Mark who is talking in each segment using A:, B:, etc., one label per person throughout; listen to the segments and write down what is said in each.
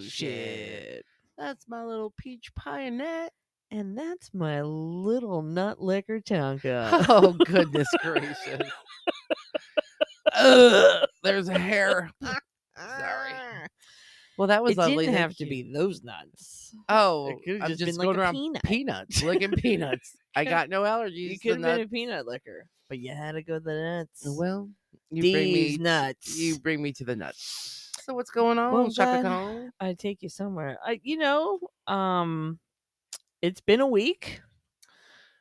A: shit.
B: That's my little peach pie net. And that's my little nut liquor tonka.
A: Oh goodness gracious. Ugh, there's a hair. Sorry.
B: Ah.
A: Well, that was
B: It
A: lovely.
B: didn't
A: thank
B: have to
A: you.
B: be those nuts.
A: Oh,
B: It could
A: I'm
B: have
A: just,
B: just, been
A: going
B: like a
A: around
B: peanut.
A: peanuts, licking peanuts. I got no allergies.
B: You
A: to
B: could have been
A: nuts.
B: a peanut liquor, but you had to go to the nuts.
A: Well, you bring
B: These
A: me
B: nuts.
A: you bring me to the nuts. So what's going on,
B: Well,
A: Shaka
B: then,
A: Khan?
B: I take you somewhere. I, you know, um, it's been a week.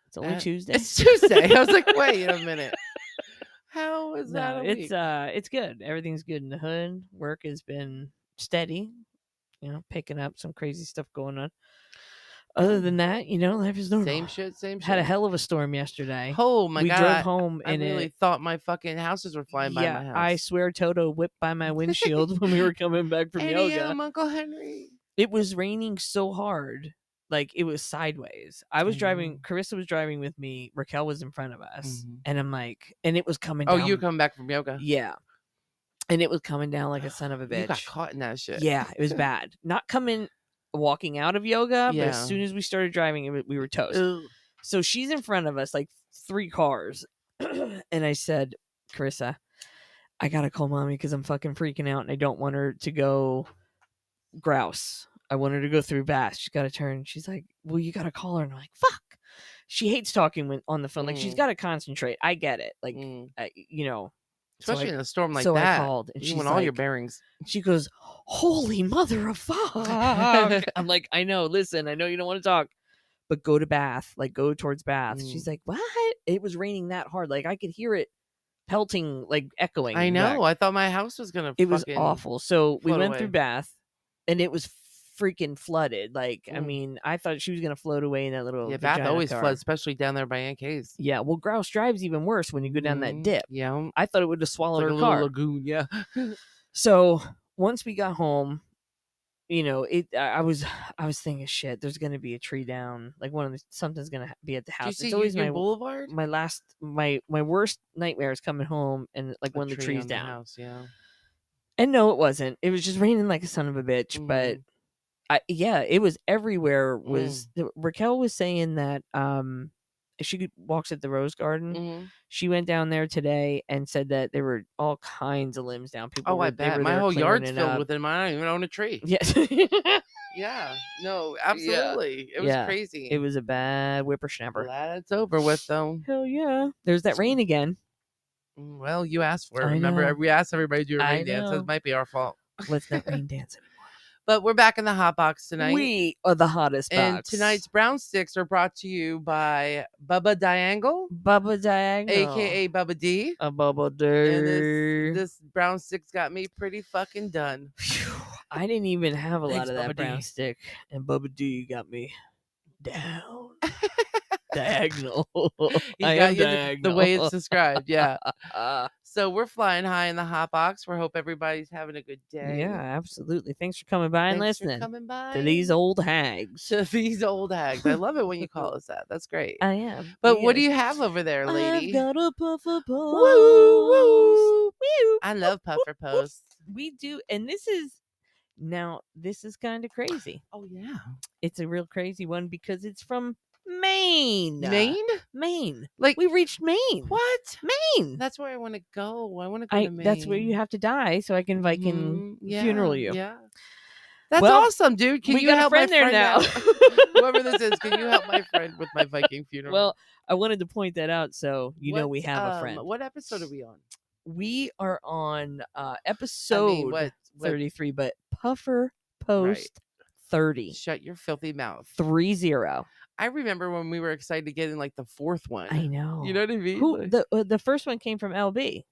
B: It's only
A: Uh,
B: Tuesday.
A: It's Tuesday. I was like, wait a minute. How is that?
B: No,
A: a
B: it's
A: week?
B: uh, it's good. Everything's good in the hood. Work has been steady. You know, picking up some crazy stuff going on. Other than that, you know, life is normal.
A: Um, same shit. Same shit.
B: Had a hell of a storm yesterday.
A: Oh my
B: we
A: god!
B: drove home
A: I
B: and
A: really
B: it.
A: thought my fucking houses were flying
B: yeah,
A: by my house.
B: I swear Toto whipped by my windshield when we were coming back from
A: Eddie,
B: yoga.
A: I'm Uncle Henry.
B: it was raining so hard like it was sideways i was
A: I
B: driving
A: know.
B: carissa was driving with me raquel was in front of us
A: Mhm.
B: and i'm like and it was coming
A: Oh,
B: down
A: you come back from yoga?
B: yeah and it was coming down like a son of a
A: You got
B: bitch
A: caught in that shit.
B: yeah it was bad not coming walking out of yoga but
A: Yeah.
B: as soon as we started driving it, wa- we were toast
A: Ugh.
B: so she's in front of us, like three cars. and I said, Carissa, I gotta call mommy because I'm fucking freaking out and I don't want her to go grouse. I want her to go through bass. She's got to turn. She's like, Well, you gotta call her. And I'm like, Fuck. She hates talking when, on the phone. Like, she's
A: Mm.
B: got to concentrate. I get it. Like,
A: Mm.
B: I, you know, so I-
A: Especially in a storm like
B: so
A: that.
B: I called and
A: you
B: she's
A: want all your
B: like-
A: bearings.
B: she goes, Holy mother of fuck. I'm like, I know, listen, I know you don't want to talk, but go to Bath, like go towards Bath.
A: Mm.
B: She's like, What? It was raining that hard. Like I could hear it pelting, like echoing.
A: I
B: back.
A: know. I thought my house was gonna.
B: It was
A: fucking-
B: awful. So we
A: float
B: went
A: away.
B: through Bath and it was freaking flooded. Like, I
A: Mm.
B: mean, I thought she was gonna float away in that little
A: Yeah, Bath
B: vagina
A: always
B: car.
A: floods, especially down there by Aunt Kay's.
B: Yeah, well, Grouse Drive's even worse when you go down that
A: Mhm.
B: dip.
A: Yeah, it's
B: I thought it would have swallowed
A: like a
B: her
A: little
B: car.
A: lagoon. Yeah.
B: so once we got home you know it i I was i was thinking shit there's gonna be a tree down like one of the something's gonna ha- be at the
A: Do you
B: house
A: see
B: it's always
A: Union
B: my
A: Boulevard?
B: my last my my worst nightmare is coming home and like
A: A
B: one of the
A: tree
B: trees
A: on the
B: down
A: house, yeah.
B: and no it wasn't it was just raining like a son of a bitch
A: Mm-hmm. Mm.
B: but I, yeah it was everywhere was the- raquel was saying that um she could- walks at the rose garden
A: Mhm.
B: she went down there today and said that there were all kinds of limbs down people
A: Oh, I
B: were- they
A: bet
B: were
A: my
B: there
A: whole
B: clearing
A: yard's
B: it
A: filled
B: up.
A: with it. Mine I don't even own a tree.
B: Yes.
A: Yeah. No, absolutely. It was
B: Yeah.
A: crazy.
B: it was a bad whippersnapper.
A: Glad it's over with though.
B: Hell yeah. There's that rain again.
A: Mm, Well, you asked for it.
B: I
A: Remember,
B: know.
A: we asked everybody to do a
B: I
A: rain dance. so
B: know.
A: It might be our fault.
B: Let's not rain dance
A: But we're back in the hot box
B: anymore.
A: tonight.
B: We are the hottest
A: and
B: box.
A: tonight's brown sticks are brought to you by Bubba Diangle,
B: Bubba Diagonal.
A: aka Bubba D.
B: a Bubba
A: And this,
B: Dur.
A: this brown sticks got me pretty fucking done.
B: Phew, I didn't even have a
A: Thanks,
B: lot of that
A: Bubba D.
B: brown stick. And Bubba D got me down. diagonal.
A: You
B: I
A: got
B: am
A: you the-
B: diagonal.
A: the way it's Ah, described. Yeah.
B: Uh,
A: So we're flying high in the hot box. We hope everybody's having a good day.
B: yeah, absolutely. Thanks for coming by and
A: Thanks for
B: listening
A: coming by.
B: to these old hags.
A: to these old hags. I love it when you call us that. That's great.
B: I am.
A: But what do
B: Uh, yes. Uh,
A: you have over there, lady?
B: I've got a
A: Woo,
B: puffer pose.
A: woo.
B: Woo.
A: I love puffer posts.
B: We do, and this is now this is kind of crazy.
A: Oh yeah,
B: It's a real crazy one because it's from Maine.
A: Maine?
B: Maine.
A: Like
B: We reached Maine.
A: what?
B: Maine.
A: That's where I want to go. I want to go
B: I,
A: to Maine.
B: that's where you have to die so I can Viking.
A: Mhm, yeah,
B: funeral you.
A: Yeah, that's
B: Well,
A: awesome, dude. Can
B: we
A: you
B: got a
A: help my
B: friend there
A: friend
B: now.
A: out? Whoever this is, can you help my friend with my Viking funeral?
B: Well, I wanted to point that out so you know we
A: What, um,
B: have a friend.
A: What episode are we on?
B: We are on uh
A: I
B: episode
A: mean, what, what-
B: 33, but Puffer Post 30.
A: Shut your filthy mouth.
B: 3 0.
A: I remember when we were excited to get in like the fourth one.
B: I know.
A: You know what I mean?
B: Who
A: Like-
B: the uh, the first one came from LB.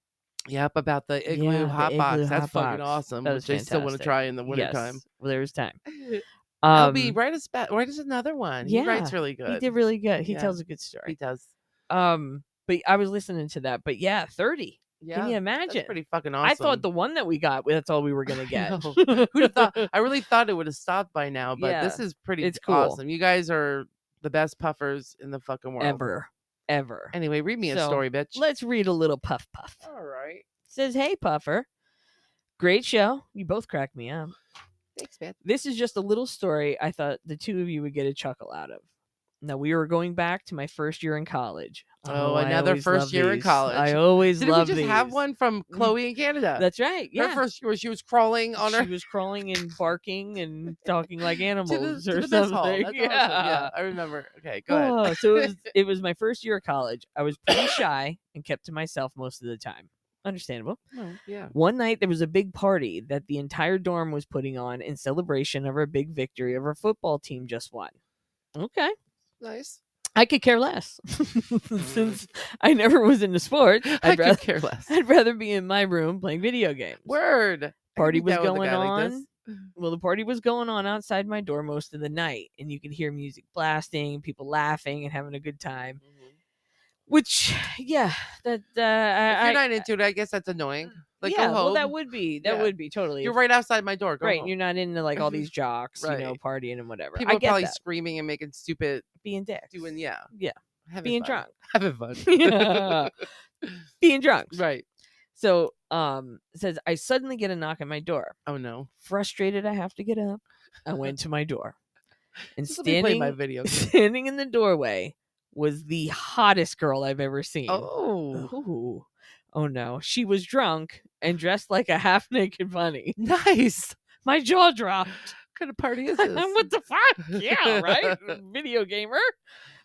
A: Yep, about the igloo
B: Yeah, the
A: hot box.
B: igloo
A: That's
B: hot
A: fucking
B: box.
A: awesome.
B: That
A: which
B: was
A: I still want to
B: fantastic.
A: try in the wintertime.
B: Yes, well, there was time.
A: I'll
B: Um,
A: be
B: he
A: right as ba- right as another one. He writes
B: yeah,
A: really good.
B: did really good. He
A: Yeah.
B: tells a good
A: He
B: story.
A: does.
B: Um, but I was listening to that. But yeah, thirty.
A: Yeah.
B: Can you
A: that's
B: imagine?
A: pretty fucking awesome.
B: I thought the one that we got, that's all we were gonna
A: I
B: get.
A: know. Who'd have thought I really thought it would have stopped by now, but this
B: Yeah,
A: is pretty
B: it's cool.
A: awesome. You guys are the best puffers in the fucking world.
B: ever, ever.
A: Anyway, read me a
B: So,
A: story, bitch.
B: Let's read a little puff puff.
A: All right.
B: says, "Hey Puffer, great show. You both cracked me up.
A: Thanks, man.
B: This is just a little story I thought the two of you would get a chuckle out of. Now we were going back to my first year in college.
A: Oh,
B: I
A: another
B: always
A: first
B: love
A: year in
B: these.
A: college.
B: I always
A: Did we
B: love
A: just have
B: these.
A: one from Chloe in Canada?
B: That's right. Yeah.
A: Her first where she was crawling on
B: she
A: her
B: was crawling and barking and talking like
A: to the,
B: animals
A: to
B: or
A: the mess
B: something.
A: hall. That's awesome.
B: yeah.
A: yeah, I remember. Okay, go ahead.
B: Oh, so it was, it was my first year of college. I was pretty shy and kept to myself most of the time. Understandable.
A: Well, yeah.
B: One night there was a big party that the entire dorm was putting on in celebration of our big victory of our football team just won. Okay.
A: Nice.
B: I could care less since I never was into sports.
A: i
B: I'd rather,
A: could care less.
B: I'd rather be in my room playing video games.
A: Word. I could
B: Party
A: be
B: was
A: down with a
B: going
A: guy like
B: on.
A: this.
B: well, the party was going on outside my door most of the night, and you could hear music blasting, people laughing, and having a good time.
A: Mm-hmm.
B: Which, yeah, that uh,
A: If
B: I,
A: you're
B: I-
A: not into it, I guess that's annoying. Like,
B: yeah,
A: go home.
B: well, that would be that
A: Yeah.
B: would be totally
A: you're right outside my door. Go
B: right.
A: home.
B: You're not into like all
A: Mhm.
B: these jocks,
A: Right.
B: you know, partying and whatever.
A: People
B: I
A: are
B: get
A: probably
B: that.
A: screaming and making stupid,
B: being dicks,
A: doing yeah,
B: Yeah.
A: having
B: being
A: fun.
B: drunk,
A: having fun.
B: Yeah. being drunk.
A: Right.
B: So, um, says I suddenly get a knock at my door.
A: Oh no.
B: Frustrated, I have to get up. I went to my door, and
A: Just let me play
B: standing
A: my video. game.
B: standing in the doorway was the hottest girl I've ever seen.
A: Oh,
B: Ooh. Oh no. She was drunk and dressed like a half naked bunny.
A: nice.
B: My jaw dropped.
A: What kind of party is this?
B: what the fuck? Yeah, right? Mm, Video gamer.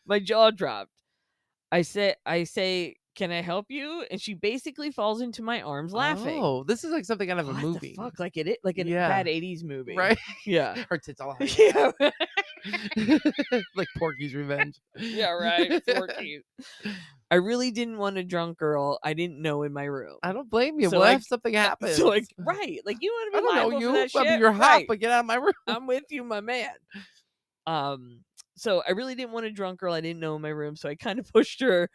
B: My jaw dropped. I say I say, Can I help you? And she basically falls into my arms laughing.
A: Oh, this is like something out of a
B: What the
A: movie,
B: fuck? Like it like a
A: Yeah.
B: bad 80s movie.
A: right?
B: Yeah.
A: Her tits all hanging out.
B: yeah.
A: like Porky's Revenge.
B: Yeah, right. 14. I really didn't want a drunk girl I didn't know in my room.
A: I don't blame you.
B: So,
A: what
B: like-
A: if something happens?
B: So like, right? Like you want
A: I
B: to be
A: don't know
B: liable
A: you.
B: for that
A: I mean,
B: shit?
A: you're hot,
B: right.
A: but get out of my room.
B: I'm with you, my man. Um, so I really didn't want a drunk girl I didn't know in my room, so I kind of pushed her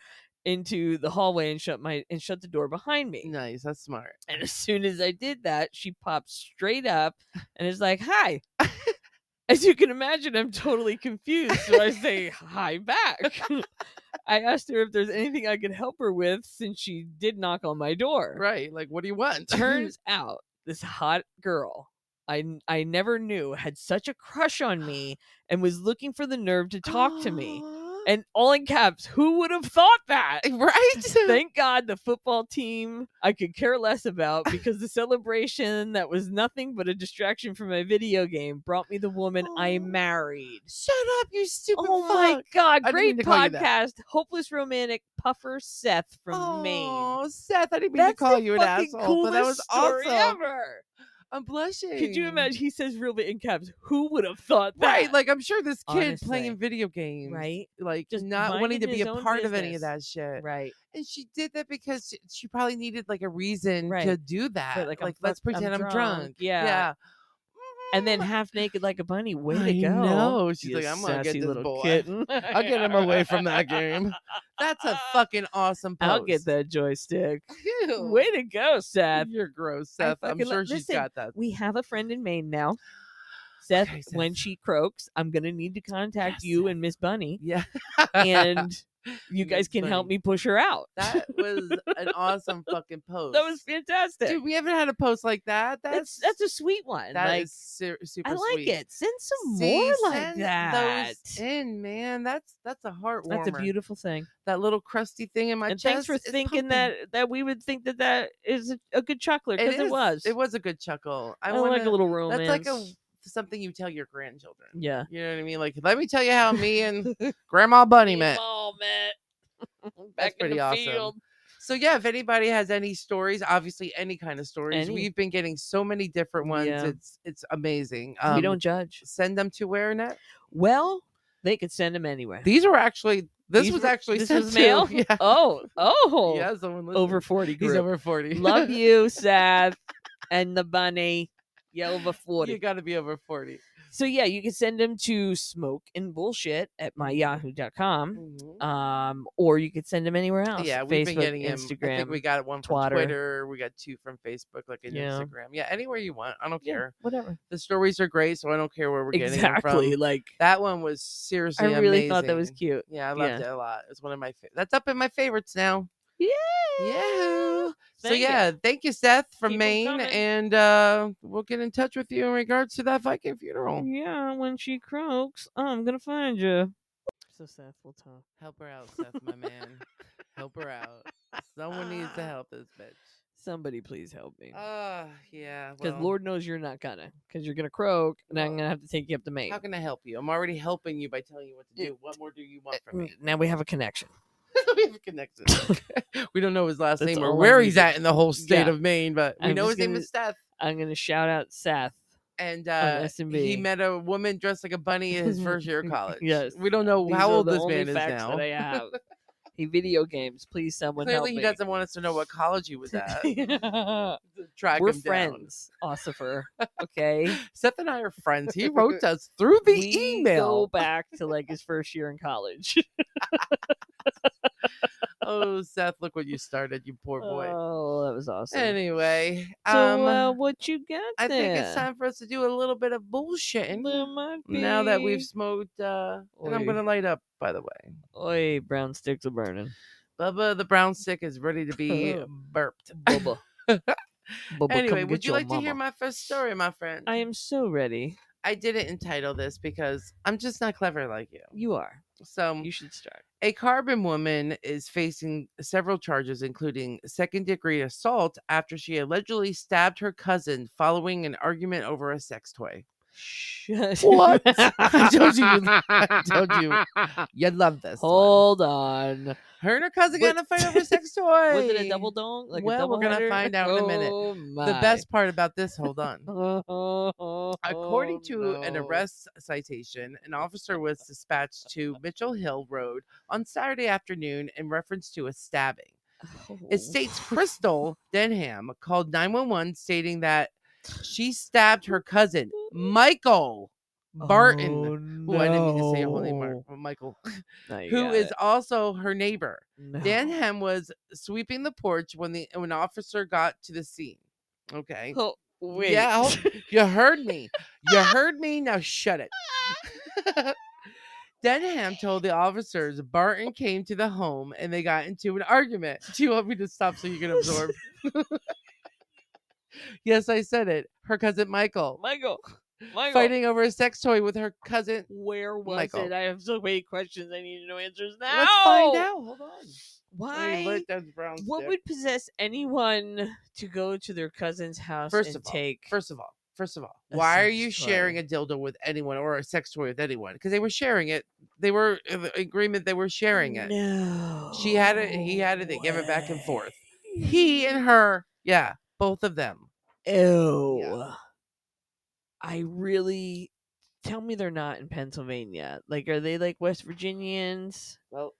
B: into the hallway and shut my and shut the door behind me.
A: Nice. That's smart.
B: And as soon as I did that, she popped straight up and is like, "Hi." As you can imagine, I'm totally confused, so I say hi back. I asked her if there's anything I could help her with since she did knock on my door.
A: Right. Like, what do you want?
B: Turns out this hot girl I n- I never knew had such a crush on me and was looking for the nerve to talk to me.
A: Aw.
B: And all in caps, who would have thought that?
A: right.
B: Thank God the football team I could care less about because the celebration that was nothing but a distraction from my video game brought me the woman I
A: Aw.
B: married.
A: Shut up, you stupid.
B: Oh my God,
A: I didn't mean
B: great
A: to call you that.
B: podcast. Hopeless romantic puffer Seth from Maine.
A: Oh, Seth, I didn't mean to
B: That's
A: call
B: the
A: you an
B: fucking
A: asshole, but that
B: coolest
A: was
B: story
A: awesome.
B: ever.
A: I'm blushing.
B: Could you imagine? He says real big in caps. Who would have thought that?
A: Right, like I'm sure this kid
B: Honestly.
A: playing video games,
B: right,
A: Like
B: Just
A: just not wanting to
B: minding
A: be
B: his
A: a
B: own
A: part of any of that
B: business.
A: shit.
B: right.
A: And she did that because she, she probably needed like a reason to
B: Right.
A: do that.
B: But, like, I'm
A: let's
B: fuck- I'm
A: pretend I'm drunk.
B: drunk, yeah. And then half naked like a bunny. Way
A: Mm-hmm. I
B: to go!
A: know. She's
B: you
A: like, "I'm gonna get
B: sassy
A: this
B: little
A: boy.
B: kitten.
A: I'll get him away from that game. That's a fucking awesome post.
B: I'll get that joystick.
A: Ew.
B: Way to go, Seth.
A: You're gross,
B: I
A: Seth. I'm
B: fucking lo-
A: sure she's
B: listen,
A: got that.
B: We have a friend in Maine now. Seth,
A: Mm-hmm. Okay, Seth.
B: when she croaks, I'm gonna need to contact
A: Yes,
B: you
A: Seth.
B: and Miss Bunny,
A: Yeah.
B: and you guys
A: Miss
B: can help
A: Bunny.
B: me push her out.
A: That was an awesome fucking post.
B: That was fantastic.
A: Dude, we haven't had a post like that.
B: that's
A: That's
B: that's a sweet one.
A: that
B: like
A: is su- super.
B: I like
A: sweet.
B: it. Send some
A: See,
B: more like
A: send
B: that.
A: Those in man, that's that's a heart
B: That's a
A: warmer.
B: beautiful thing.
A: That little crusty thing in my
B: and
A: chest.
B: thanks for
A: is
B: thinking
A: pumping.
B: that that we would think that that is a, a good chuckler because it,
A: is-
B: was.
A: It was a good chuckle. I,
B: I,
A: wanna,
B: like a little romance. Mm.
A: That's like a something you tell your grandchildren.
B: yeah.
A: You know what I mean? Like, let me tell you how me and Grandma Bunny met.
B: Oh, man.
A: That's pretty awesome. So yeah, if anybody has any stories, obviously any kind of stories,
B: Any.
A: we've been getting so many different ones.
B: Yeah.
A: It's it's amazing. Um,
B: we don't judge.
A: send them to where net.
B: Well, they could send them anywhere.
A: These were actually this
B: These
A: was
B: were-
A: actually
B: this
A: sent
B: was mail.
A: To, yeah,
B: Oh, oh,
A: yeah, someone listened.
B: over forty
A: He's
B: group.
A: over forty.
B: Love you, Seth, and the bunny. Yeah, over forty.
A: you got to be over forty.
B: So yeah, you can send them to smoke and bullshit at myyahoo.com.
A: Mhm.
B: Um, or you could send them anywhere else.
A: yeah,
B: Oh, Facebook,
A: we've been getting him.
B: Instagram.
A: I think we got one from
B: Twatter.
A: Twitter. We got two from Facebook, like an
B: Yeah.
A: Instagram. Yeah, anywhere you want. I don't
B: Yeah,
A: care.
B: whatever.
A: The stories are great, so I don't care where we're getting them from.
B: Exactly. Like
A: That one was seriously.
B: I really thought that
A: amazing.
B: was cute.
A: Yeah, I loved
B: Yeah.
A: it a lot. It's one of my fa- that's up in my favorites now.
B: Yeah.
A: Yahoo. so
B: Thank you.
A: yeah, thank you, Seth from
B: Keep 'em
A: Maine,
B: coming.
A: and uh, we'll get in touch with you in regards to that Viking funeral.
B: Yeah, when she croaks, I'm gonna find you. So Seth, we'll talk.
A: Help her out, Seth, my man. help her out. Someone needs to help this bitch.
B: Somebody please help me.
A: Ah, yeah.
B: Because
A: well,
B: Lord knows you're not gonna. Because you're gonna croak, and I'm
A: Well,
B: gonna have to take you up to Maine.
A: how can I help you? I'm already helping you by telling you what to
B: Yeah.
A: do. What more do you want from
B: Mm,
A: me?
B: Now we have a connection.
A: we have a connection. we don't know his last
B: That's
A: name or
B: all I
A: where he's
B: needed.
A: at in the whole state
B: Yeah.
A: of Maine, but we
B: I'm
A: know
B: just
A: his name is Seth.
B: I'm gonna Oh, shout out Seth.
A: and uh, he
B: SMB.
A: met a woman dressed like a bunny in his first year of college.
B: Yes,
A: we don't know
B: These
A: how
B: are
A: old
B: the
A: this
B: only
A: man is
B: facts
A: now.
B: That I have. he video games. Please, someone
A: Clearly, he
B: help
A: doesn't want us to know what college he was at.
B: me.
A: to track
B: We're
A: him down.
B: friends, Ossifer. Okay.
A: Seth and I are friends. He wrote to us through the
B: We Go
A: email.
B: back to like his first year in college.
A: Oh, Seth, look what you started, you poor boy.
B: Oh, that was awesome.
A: anyway,
B: so,
A: um,
B: uh, what you got?
A: I think
B: there?
A: it's time for us to do a little bit of bullshitting
B: There might
A: now that we've
B: be-
A: smoked. Uh, and I'm
B: Oy.
A: gonna light up, by the way.
B: Oi, brown sticks are burning.
A: Bubba the brown stick is ready to be burped.
B: Bubba. Bubba,
A: anyway, would
B: come get
A: you
B: your
A: like to hear my
B: mama.
A: first story, my friend?
B: I am so ready.
A: I didn't entitle this because I'm just not clever like you.
B: You are.
A: So,
B: You should start.
A: a carbon woman is facing several charges, including second degree assault after she allegedly stabbed her cousin following an argument over a sex toy.
B: Shut-
A: What? I told you you- I told you. You love this. one.
B: Hold on.
A: Her and her cousin got in a
B: What-
A: fight over a sex toy.
B: Was it a double dong? Like
A: Well,
B: a double
A: we're gonna
B: header?
A: find out in a minute.
B: Oh, my.
A: The best part about this, hold on. According
B: According
A: to an arrest citation, an officer was dispatched to Mitchell Hill Road on Saturday afternoon in reference to a stabbing.
B: Oh.
A: It states Crystal Denham called 911 stating that she stabbed her cousin, Michael Barton.
B: Oh,
A: Who I didn't mean to say your whole name, Mar-
B: no.
A: well, Michael,
B: No, you
A: who
B: got
A: is
B: it.
A: also her neighbor.
B: No.
A: Denham was sweeping the porch when the when an officer got to the scene. Okay.
B: Oh, wait.
A: Yeah, I'll- You heard me. You heard me. Now shut it. Denham told the officers Barton came to the home and they got into an argument. Do you want me to stop so you can absorb? yes, I said it. Her cousin Michael,
B: Michael. Michael.
A: fighting over a sex toy with her cousin.
B: Where was
A: Michael.
B: it? I have so many questions. I need to know answers now.
A: Let's find out. Hold on. Let me
B: Why?
A: light that brown
B: What
A: stick.
B: would possess anyone to go to their cousin's house
A: First
B: and
A: of all,
B: take?
A: First of all, first of all,
B: A
A: why are
B: sex
A: you
B: toy.
A: sharing a dildo with anyone or a sex toy with anyone? Because they were sharing it. They were in the agreement. They were sharing it.
B: No.
A: She had it. He had it. They gave it back and forth. He and her. Yeah, both of them.
B: Ew. I really. Tell me they're not in Pennsylvania. Like, are they like West Virginians?
A: Well,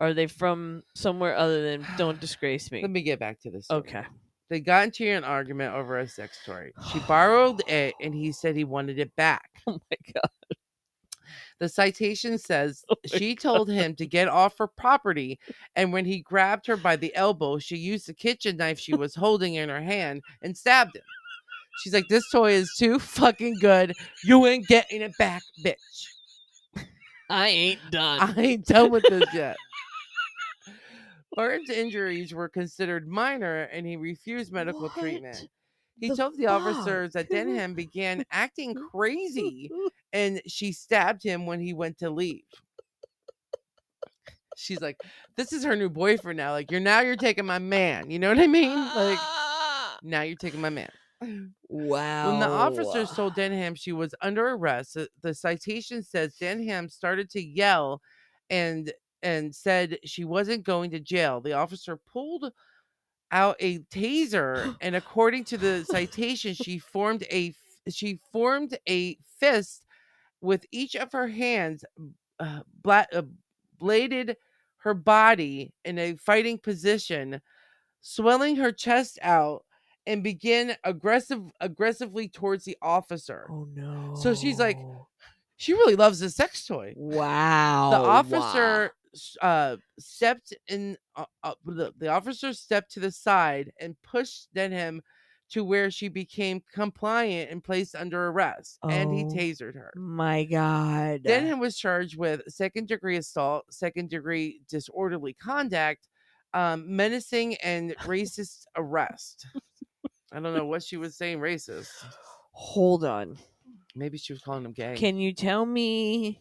B: Are they from somewhere other than Don't Disgrace Me?
A: let me get back to this. story.
B: Okay. oh
A: They got into an argument over a sex toy. She borrowed it, and he said he wanted it back.
B: Oh my God.
A: The citation says
B: Oh my
A: she told him to get off her property, and when he grabbed her by the elbow, she used the kitchen knife she was holding in her hand and stabbed him. She's like, "This toy is too fucking good. You ain't getting it back, bitch.
B: I ain't done.
A: I ain't done with this yet." Barton's injuries were considered minor, and he refused medical
B: What
A: treatment. He
B: the
A: told the officers that
B: fuck?
A: Denham began acting crazy and she stabbed him when he went to leave. She's like, "This is her new boyfriend now. Like, you're now you're taking my man. You know what I mean? Like,
B: Ah!
A: now you're taking my man."
B: wow.
A: When the officers told Denham she was under arrest, the, the citation says Denham started to yell, and and said she wasn't going to jail. The officer pulled out a taser, and according to the citation, she formed a f- she formed a fist with each of her hands, uh, bla- uh, bladed her body in a fighting position, swelling her chest out, and began aggressive aggressively towards the officer.
B: Oh no.
A: So she's like, She really loves this sex toy.
B: Oh, wow.
A: The officer s- uh, stepped in. Uh, uh, the, the officer stepped to the side and pushed Denham to where she became compliant and placed under arrest, and he
B: Oh.
A: tasered her.
B: My God.
A: Denham was charged with second degree assault, second degree disorderly conduct, um, menacing and racist arrest. I don't know what she was saying racist.
B: Hold on.
A: Maybe she was calling him gay.
B: Can you tell me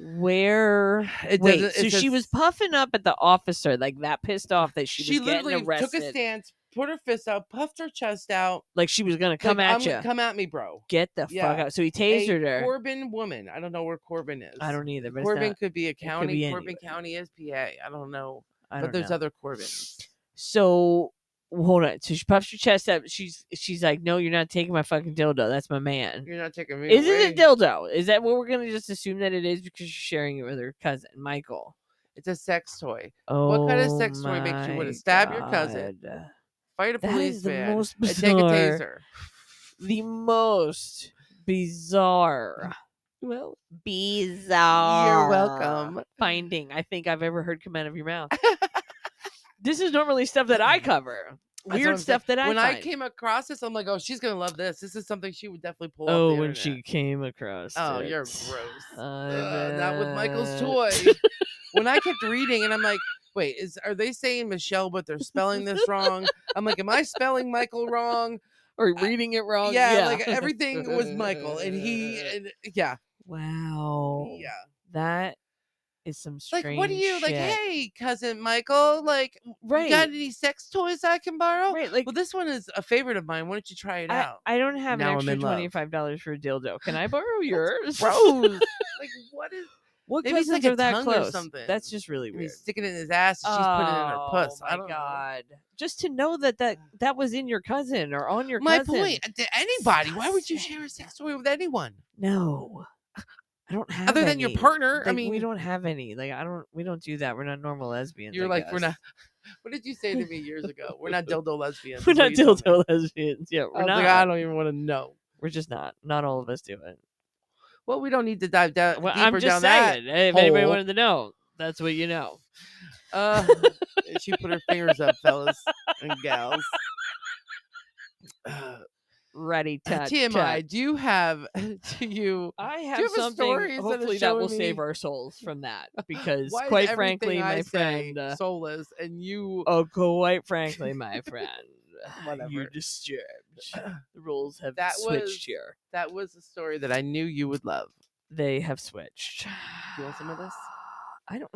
B: where?
A: It
B: Wait,
A: doesn't-
B: so
A: it
B: she
A: says-
B: was puffing up at the officer, like that pissed off that she,
A: She,
B: was getting
A: literally
B: arrested.
A: took a stance, put her fist out, puffed her chest out.
B: Like she was gonna come
A: like,
B: at
A: "I'm
B: you.
A: gonna Come at me, bro.
B: Get the
A: Yeah.
B: fuck out. So he
A: A
B: tasered her.
A: Corbin woman. I don't know where Corbin is.
B: I don't either. But it's
A: Corbin
B: not-
A: could be a
B: could
A: county.
B: be
A: Corbin County is PA. I don't know.
B: I
A: but
B: don't
A: there's
B: know.
A: other Corbins.
B: So hold on. So she puffs her chest up. She's she's like, no, you're not taking my fucking dildo. That's my man.
A: You're not taking me.
B: Is
A: away.
B: it a dildo? Is that what we're gonna just assume that it is because you're sharing it with her cousin, Michael?
A: It's a sex toy.
B: Oh,
A: kind of sex toy makes you wanna
B: my
A: stab your cousin?
B: God.
A: Fight a
B: That is the
A: policeman.
B: most
A: and take a
B: bizarre.
A: taser.
B: The most bizarre. Well, bizarre.
A: welcome.
B: Finding I think I've ever heard come out of your mouth. this is normally stuff that I cover.
A: Mm-hmm. That's what I'm
B: Weird
A: saying.
B: stuff that I
A: when I
B: find.
A: came across this, I'm like, oh, she's gonna love this. This is something she would definitely pull. off
B: Oh,
A: the
B: when
A: internet."
B: she came across.
A: Oh, you're
B: it.
A: gross.
B: I
A: Ugh, not with Michael's
B: bet.
A: toy. when I kept reading, and I'm like, wait, is are they saying Michelle, but they're spelling this wrong? I'm like, am I spelling Michael wrong?
B: or
A: I-
B: reading it wrong.
A: yeah, like everything was Michael, and he, and, yeah,
B: Wow.
A: yeah.
B: That is some Oh, strange.
A: Like, what do you like?
B: shit.
A: Hey, cousin Michael, like,
B: right?
A: you got any sex toys I can borrow?
B: right. Like,
A: Well, this one is a favorite of mine. Why don't you try it
B: I,
A: out?
B: I don't have
A: Now I'm
B: an extra
A: in love.
B: twenty five dollars for a dildo. Can I borrow yours?
A: Gross. like, what is?
B: what
A: Maybe it's
B: cousins
A: like a
B: are that
A: tongue or
B: close?
A: something.
B: That's just really
A: And
B: weird.
A: he's sticking it in his ass. And she's putting it in her
B: Oh,
A: puss.
B: My
A: I don't know.
B: God. Just to know that that that was in your cousin or on your
A: My
B: cousin.
A: point uh, to anybody, why would you
B: Disgusting.
A: share a sex toy with anyone
B: No, I don't have
A: other than your
B: any.
A: partner? I
B: Like,
A: mean,
B: we don't have any. Like I don't. We don't do that. We're not normal lesbians.
A: you're
B: I
A: like, we're
B: guess.
A: not. What did you say to me years ago? We're not dildo lesbians.
B: We're
A: is what
B: not
A: you told me.
B: dildo lesbians. Yeah,
A: I
B: we're
A: was
B: not.
A: like, I don't even want to know.
B: We're just not. Not all of us do it.
A: Well, we don't need to dive down
B: Well,
A: deeper
B: I'm
A: down
B: just saying. If anybody
A: hole.
B: wanted to know, that's what you know.
A: that. Uh, she put her fingers up, fellas and gals. Uh,
B: Ready, touch,
A: TMI.
B: touch.
A: Do you have? Do you?
B: I have,
A: have a
B: something.
A: story instead of
B: hopefully, that will
A: showing
B: save
A: me-
B: our souls from that. Because,
A: why is
B: quite
A: everything
B: frankly,
A: I
B: my
A: say
B: friend. Uh,
A: soulless, and you
B: oh, quite frankly, my friend. You
A: Whatever.
B: disturbed. The rules have
A: That
B: switched
A: was-
B: here.
A: That was a story that I knew you would love.
B: They have switched.
A: you want some of this?
B: I don't.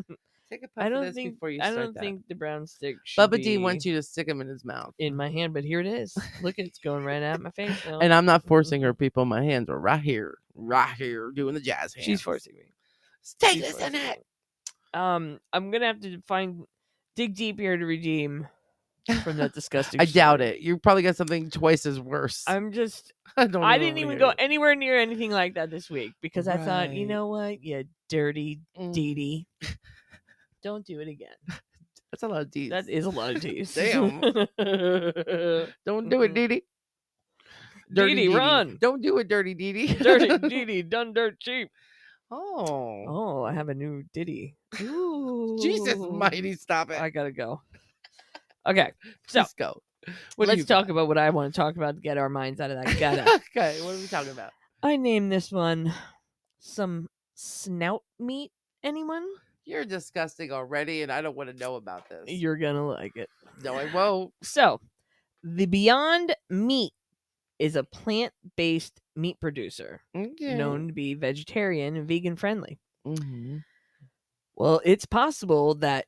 A: Take a puff
B: I
A: of
B: don't
A: this
B: think.
A: before you
B: I
A: start
B: don't
A: that.
B: think the brown stick. should
A: Bubba
B: be
A: D wants you to stick him in his mouth.
B: in my hand, but here it is. Look, it's going right at my face now.
A: And I'm not forcing her, people. My hands are right here, right here, doing the jazz hands.
B: she's forcing me.
A: Take
B: She's
A: this in
B: forcing
A: it.
B: me. Um, I'm gonna have to find dig deep here to redeem from that disgusting.
A: I doubt
B: story.
A: it. You probably got something twice as worse.
B: I'm just.
A: I, don't
B: I
A: even
B: didn't
A: wanna
B: even
A: hear
B: go anywhere near anything like that this week because I thought, you
A: Right.
B: know what, you dirty
A: it. Mm,
B: deedy. Don't do it again.
A: That's a lot of D's.
B: That is a lot of D's.
A: Damn. don't do
B: Mm-mm.
A: it, Dee Dee. Dirty
B: Dee Dee, run.
A: Don't do it, Dirty Dee Dee.
B: dirty deedy, done dirt cheap.
A: oh.
B: Oh, I have a new ditty. Ooh.
A: Jesus mighty, stop it.
B: I gotta go. Okay, so,
A: Let's go. What do
B: let's
A: you got?
B: talk about what I want to talk about to get our minds out of that gutter.
A: okay, what are we talking about?
B: I named this one some snout meat. Anyone?
A: You're disgusting already, and I don't want to know about this.
B: You're gonna like it.
A: no, I won't.
B: So, the Beyond Meat is a plant based meat producer
A: Okay.
B: known to be vegetarian and vegan friendly.
A: Mhm.
B: Well, it's possible that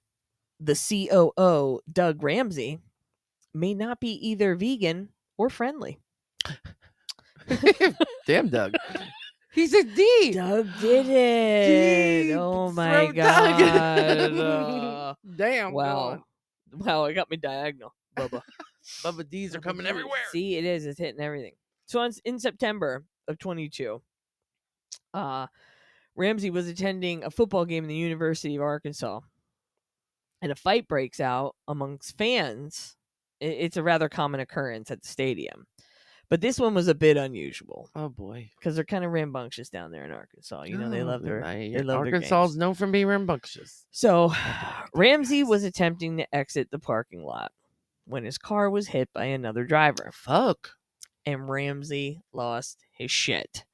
B: the COO, Doug Ramsey, may not be either vegan or friendly.
A: Damn, Doug. He's a D.
B: Doug did it.
A: Deep
B: oh my
A: throat
B: god.
A: Doug.
B: Uh,
A: Damn. go
B: wow.
A: Oh, on.
B: Wow, I got me diagonal, Bubba.
A: Bubba D's are coming
B: Ooh,
A: everywhere.
B: See, it is. It's hitting everything. So on, s- in September of 22, uh, Ramsey was attending a football game in the University of Arkansas, and a fight breaks out amongst fans. I- It's a rather common occurrence at the stadium, but this one was a bit unusual
A: Oh boy.
B: because they're kind of rambunctious down there in Arkansas. You know, they love
A: Oh,
B: their they love their
A: Arkansas's
B: games.
A: known for being rambunctious.
B: So Ramsey was attempting to exit the parking lot when his car was hit by another driver
A: Fuck.
B: and Ramsey lost his shit.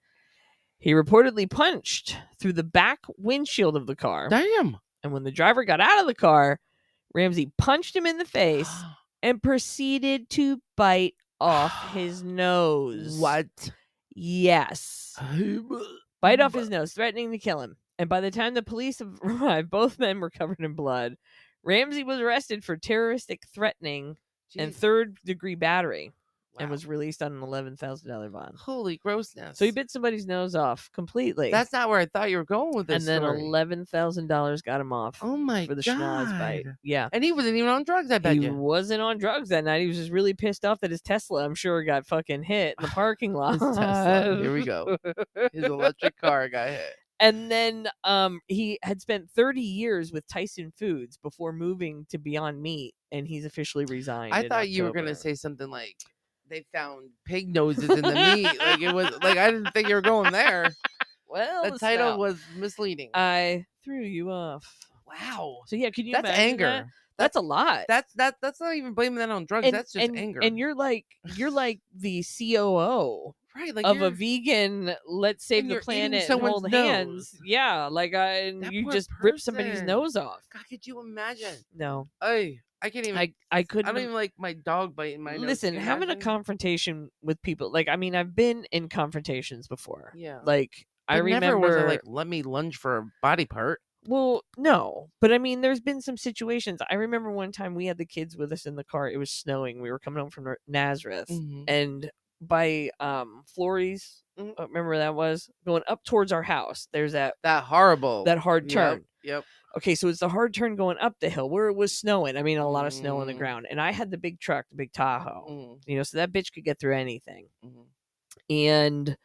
B: He reportedly punched through the back windshield of the car,
A: Damn.
B: and when the driver got out of the car, Ramsey punched him in the face and proceeded to bite off his nose.
A: what?
B: Yes. Bite off his nose, threatening to kill him. And by the time the police arrived, both men were covered in blood. Ramsey was arrested for terroristic threatening and
A: Jeez,
B: third degree battery and
A: wow.
B: was released on an $11,000 bond.
A: holy grossness.
B: So he bit somebody's nose off completely.
A: That's not where I thought you were going with this.
B: and then
A: story.
B: $11,000 got him off
A: Oh my
B: for the schnoz
A: god!
B: bite. Yeah.
A: And he wasn't even on drugs. I bet
B: he
A: you.
B: wasn't on drugs that night. He was just really pissed off that his Tesla, I'm sure, got fucking hit in the parking lot.
A: His Tesla. Here we go. His electric car got hit.
B: and then um, he had spent 30 years with Tyson Foods before moving to Beyond Meat, and he's officially resigned.
A: I
B: in
A: thought you were gonna
B: October.
A: say something like they found pig noses in the meat. Like it was like I didn't think you were going there.
B: well,
A: The
B: it's
A: title
B: not.
A: was misleading.
B: I threw you off.
A: wow,
B: So yeah, uh, can you
A: that's
B: imagine
A: anger.
B: that? That's a lot.
A: That's that. That's not even blaming that on drugs. that's just
B: and,
A: anger.
B: And you're like you're like the COO
A: right, like
B: of
A: you're-
B: a vegan let's save
A: and
B: the
A: you're eating
B: planet and
A: someone's
B: hold hands
A: nose.
B: yeah like i and
A: That
B: you
A: poor
B: just rip somebody's
A: person.
B: nose off
A: God, could you imagine?
B: no
A: I I can't even. I,
B: i i couldn't
A: don't even like my dog biting my nose.
B: listen
A: Can you
B: having a
A: imagine?
B: confrontation with people like i mean i've been in confrontations before
A: Yeah.
B: like i
A: But
B: remember
A: Never was it like let me lunge for a body part.
B: well no but i mean there's been some situations i remember one time we had the kids with us in the car it was snowing we were coming home from Nor- nazareth
A: Mm-hmm.
B: and by um Flores,
A: Mhm.
B: uh, remember that was going up towards our house. There's that
A: That horrible.
B: that hard
A: Oh, Yep,
B: turn.
A: Yep.
B: Okay, so it's the hard turn going up the hill where it was snowing. I mean, a lot of snow on the
A: Mm.
B: ground, and I had the big truck, the big Tahoe.
A: Mm,
B: You know, so that bitch could get through anything.
A: mhm.
B: And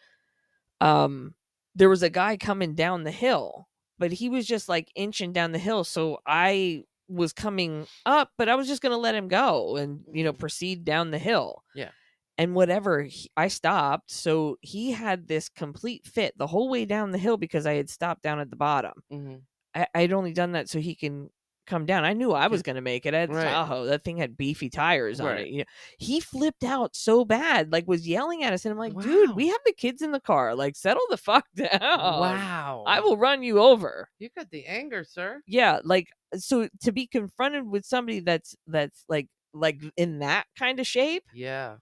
B: um, there was a guy coming down the hill, but he was just like inching down the hill. So I was coming up, but I was just gonna let him go and you know
A: Mhm.
B: proceed down the hill.
A: Yeah.
B: And whatever, he- I stopped. So he had this complete fit the whole way down the hill because I had stopped down at the bottom.
A: Mhm.
B: I, I'd only done that so he can come down. I knew I
A: Yeah.
B: was going to make it. I had the
A: Right.
B: Tahoe. That thing had beefy tires on
A: Right.
B: it. You know, he flipped out so bad, like was yelling at us, and I'm like, dude,
A: Wow.
B: we have the kids in the car. Like, settle the fuck down.
A: wow.
B: Oh, I will run you over.
A: You got the anger, sir.
B: Yeah, like so to be confronted with somebody that's that's like like in that kind of shape,
A: Yeah.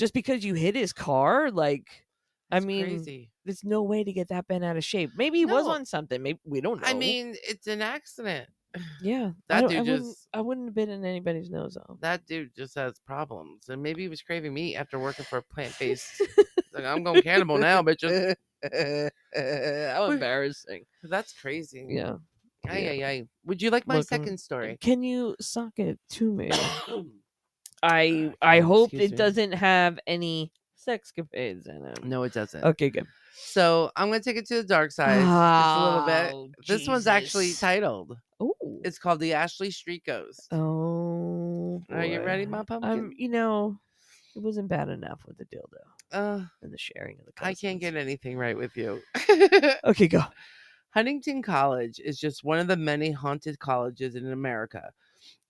B: just because you hit his car, like. I
A: it's
B: mean,
A: crazy.
B: there's no way to get that bent out of shape. Maybe he was
A: No.
B: on something. Maybe we don't know.
A: I mean, it's an accident.
B: Yeah,
A: That
B: I, don't-
A: dude
B: I wouldn't.
A: just-
B: I wouldn't have been in anybody's nose off.
A: That dude just has problems, and maybe he was craving meat after working for a plant-based. It's like, I'm going cannibal now, bitches.
B: How
A: We-
B: embarrassing.
A: That's crazy.
B: Yeah.
A: Ay,
B: yeah.
A: ay, ay. Would you like my
B: Looking-
A: second story?
B: Can you suck it to me? I I hope
A: Uh, oh, Excuse
B: it
A: me.
B: doesn't have any sexcapades in it.
A: no, it doesn't.
B: Okay, good.
A: So I'm gonna take it to the dark side just a little bit.
B: Oh,
A: This one's actually
B: Jesus.
A: titled.
B: Oh.
A: It's called the Ashley Street Ghost.
B: Oh.
A: Are you ready,
B: boy.
A: my
B: I'm.
A: pumpkin?
B: You know, it wasn't bad enough with the dildo
A: uh,
B: and the sharing of the.
A: I can't get
B: it.
A: anything right with you.
B: Okay, go.
A: Huntington College is just one of the many haunted colleges in America,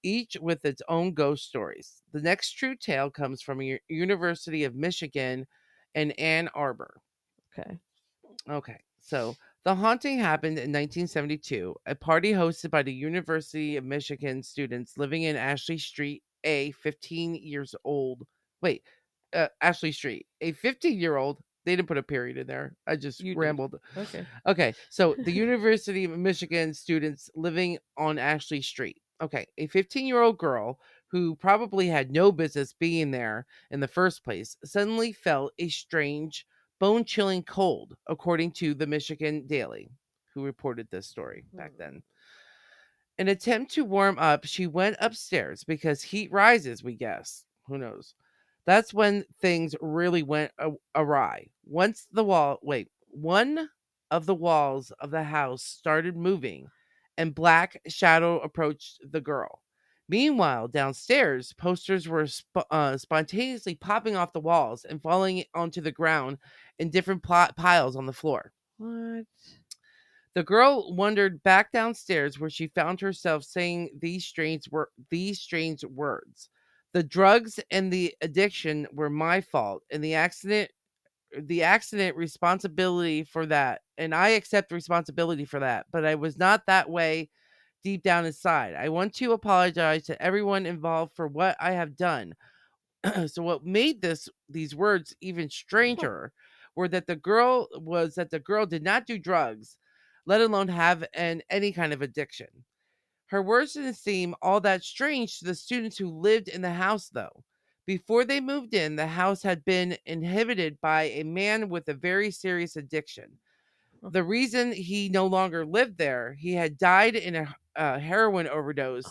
A: each with its own ghost stories. The next true tale comes from U- University of Michigan in Ann Arbor.
B: Okay.
A: Okay. So the haunting happened in 1972. A party hosted by the University of Michigan students living in Ashley Street, a 15 years old. Wait, uh, Ashley Street, a 15 year old. They didn't put a period in there. I just
B: You did.
A: rambled.
B: Okay.
A: Okay, so the University of Michigan students living on Ashley Street. Okay, a 15 year old girl who probably had no business being there in the first place suddenly felt a strange, bone chilling cold, according to the Michigan Daily, who reported this story back
B: Hmm.
A: then. In attempt to warm up, she went upstairs because heat rises, we guess. Who knows? That's when things really went a- awry. Once the wall, wait, one of the walls of the house started moving and black shadow approached the girl. Meanwhile, downstairs, posters were sp- uh, spontaneously popping off the walls and falling onto the ground in different plot piles on the floor.
B: What?
A: The girl wandered back downstairs where she found herself saying these strange wor- these strange words. The drugs and the addiction were my fault and the accident uh, the accident responsibility for that and I accept responsibility for that, but I was not that way deep down inside. I want to apologize to everyone involved for what I have done. so what made this these words even stranger were that the girl was that the girl did not do drugs, let alone have an any kind of addiction. Her words didn't seem all that strange to the students who lived in the house though. Before they moved in, the house had been inhabited by a man with a very serious addiction. The reason he no longer lived there, he had died in a uh, heroin overdose.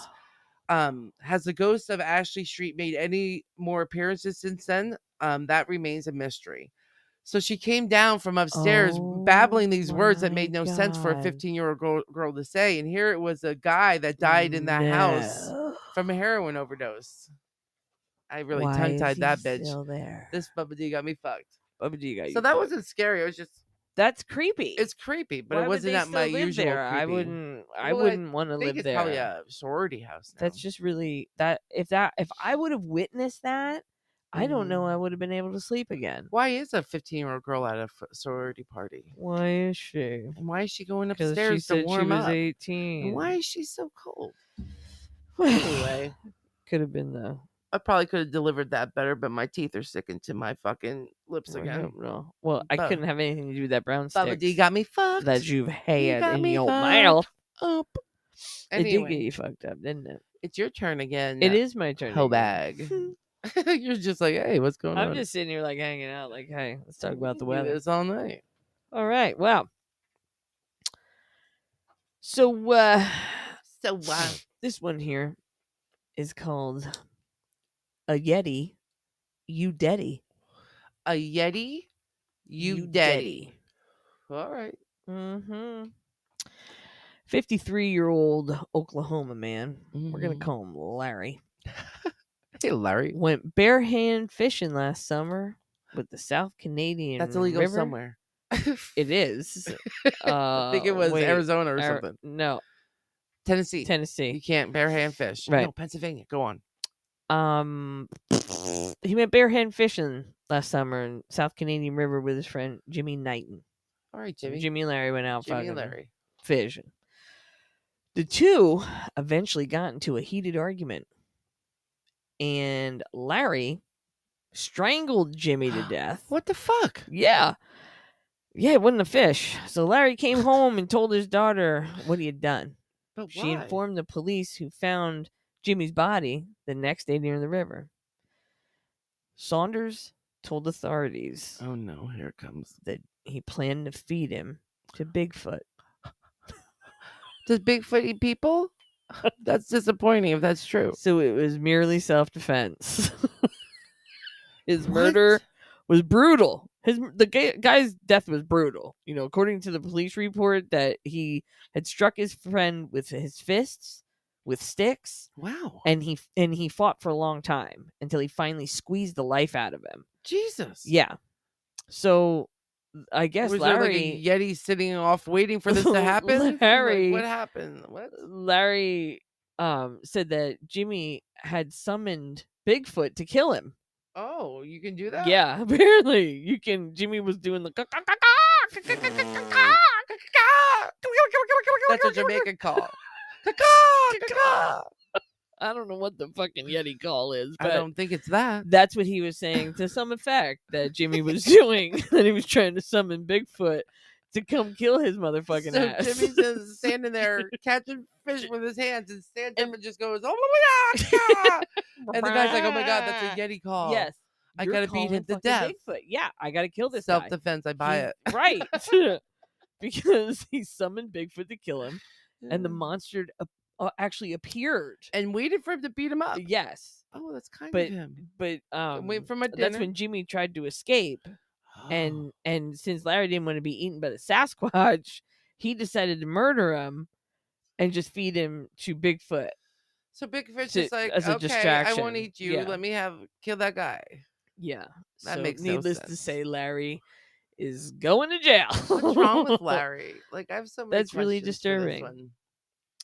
B: Ah.
A: Um, has the ghost of Ashley Street made any more appearances since then? Um, that remains a mystery. So she came down from upstairs
B: Oh
A: babbling these words that
B: my
A: made no sense for a
B: God.
A: 15 year old girl, girl to say. And here it was a guy that died in that house
B: No.
A: from a heroin overdose. I really
B: Why
A: tongue
B: is
A: tied
B: he
A: that bitch.
B: Still there.
A: This Bubba D got me fucked.
B: Bubba G got you
A: So that
B: fucked.
A: wasn't scary. It was just
B: that's creepy.
A: it's creepy, but
B: Why
A: it
B: would
A: wasn't
B: they
A: at my
B: still live
A: usual.
B: There? I
A: creepy.
B: wouldn't. I
A: Well, I
B: wouldn't want to
A: I think
B: live
A: it's
B: there.
A: probably a sorority house. Now.
B: That's just really that. If that, if I would have witnessed that, I don't know.
A: Mm.
B: I would have been able to sleep again.
A: why is a 15 year old girl at a f- sorority party,
B: Why is she?
A: and why is she going
B: Because she
A: upstairs
B: said
A: to warm
B: she was
A: up?
B: eighteen.
A: And why is she so cold?
B: Anyway,
A: Anyway,
B: could have been though.
A: I probably could have delivered that better, but my teeth are sticking to my fucking lips
B: I
A: again.
B: don't know. Well, I
A: Bu-
B: couldn't have anything to do with that brown stick
A: Bubba D got me fucked.
B: that you've had
A: got
B: in
A: me
B: your
A: fucked.
B: mouth.
A: up.
B: It did get
A: Anyway,
B: you fucked up, didn't it?
A: it's your turn again.
B: It is my turn.
A: Hoe
B: again.
A: bag. You're just like, hey, what's going
B: I'm
A: on?
B: just sitting here like hanging out, like, hey, let's talk
A: We
B: about the
A: can do
B: weather.
A: This all night.
B: All right. Well. So uh
A: So wow.
B: this one here is called a Yeti. You Daddy.
A: a Yeti, you, daddy. All right.
B: Mm-hmm. 53 year old Oklahoma man, we're going
A: Mhm.
B: to call him Larry,
A: Hey, Larry.
B: went barehand fishing last summer with the South Canadian.
A: That's illegal
B: River.
A: somewhere. I
B: It is. Uh,
A: think it was
B: wait,
A: Arizona or
B: Ari-
A: something.
B: No,
A: Tennessee. You
B: Tennessee.
A: can't barehand fish.
B: Right.
A: No, Pennsylvania. Go on.
B: Um, he went barehand fishing last summer in South Canadian River with his friend Jimmy Knighton.
A: All right, Jimmy.
B: Jimmy and Larry went out
A: Jimmy
B: fucking
A: and Larry.
B: fishing. The two eventually got into a heated argument, and Larry strangled Jimmy to death.
A: What the fuck?
B: Yeah. Yeah, it wasn't a fish. So Larry came home and told his daughter what he had done.
A: But
B: She
A: why?
B: informed the police who found Jimmy's body the next day near the river. Saunders told authorities
A: Oh no! Here it comes.
B: that he planned to feed him to Bigfoot.
A: Does Bigfoot eat people? that's disappointing if that's true.
B: So it was merely self defense. His
A: What?
B: murder was brutal. His the ga- guy's death was brutal. You know, according to the police report that he had struck his friend with his fists, with sticks,
A: Wow.
B: and he and he fought for a long time until he finally squeezed the life out of him.
A: Jesus.
B: Yeah. So I guess
A: was
B: Larry
A: there like a Yeti sitting off waiting for this to happen? Like,
B: Larry-
A: what happened? What?
B: Larry um said that Jimmy had summoned Bigfoot to kill him.
A: Oh, you can do that?
B: Yeah, apparently you can. Jimmy was doing the.
A: Ah. That's a Jamaican call.
B: I don't know what the fucking Yeti call is,
A: I
B: but
A: don't think it's that.
B: that's what he was saying to some effect that Jimmy was doing. that he was trying to summon Bigfoot to come kill his motherfucking
A: so
B: ass.
A: Jimmy's just standing there catching fish with his hands, and Stan Jimin just goes, "Oh my god!" ah!" and the guy's like, "Oh my god, that's a Yeti call."
B: Yes,
A: I
B: you're
A: gotta beat
B: calling
A: him to
B: fucking
A: death.
B: Bigfoot. Yeah, I gotta kill this guy.
A: self-defense. I buy it.
B: He's- right. because he summoned Bigfoot to kill him, and the monster ap- uh, actually appeared.
A: and waited for him to beat him up.
B: Yes,
A: Oh, that's kind
B: But-
A: of him.
B: but um,
A: I'm waiting for my dinner.
B: that's when Jimmy tried to escape,
A: Oh.
B: and and since Larry didn't want to be eaten by the Sasquatch, he decided to murder him and just feed him to Bigfoot.
A: so Bigfoot's
B: to-
A: just like,
B: as a
A: "Okay, I
B: distraction,
A: won't eat you.
B: yeah.
A: Let me have kill that guy."
B: Yeah,
A: That
B: so
A: makes no
B: needless to
A: sense.
B: say, Larry is going to jail.
A: What's wrong with Larry? Like I have so many.
B: That's really
A: questions for this
B: disturbing.
A: one.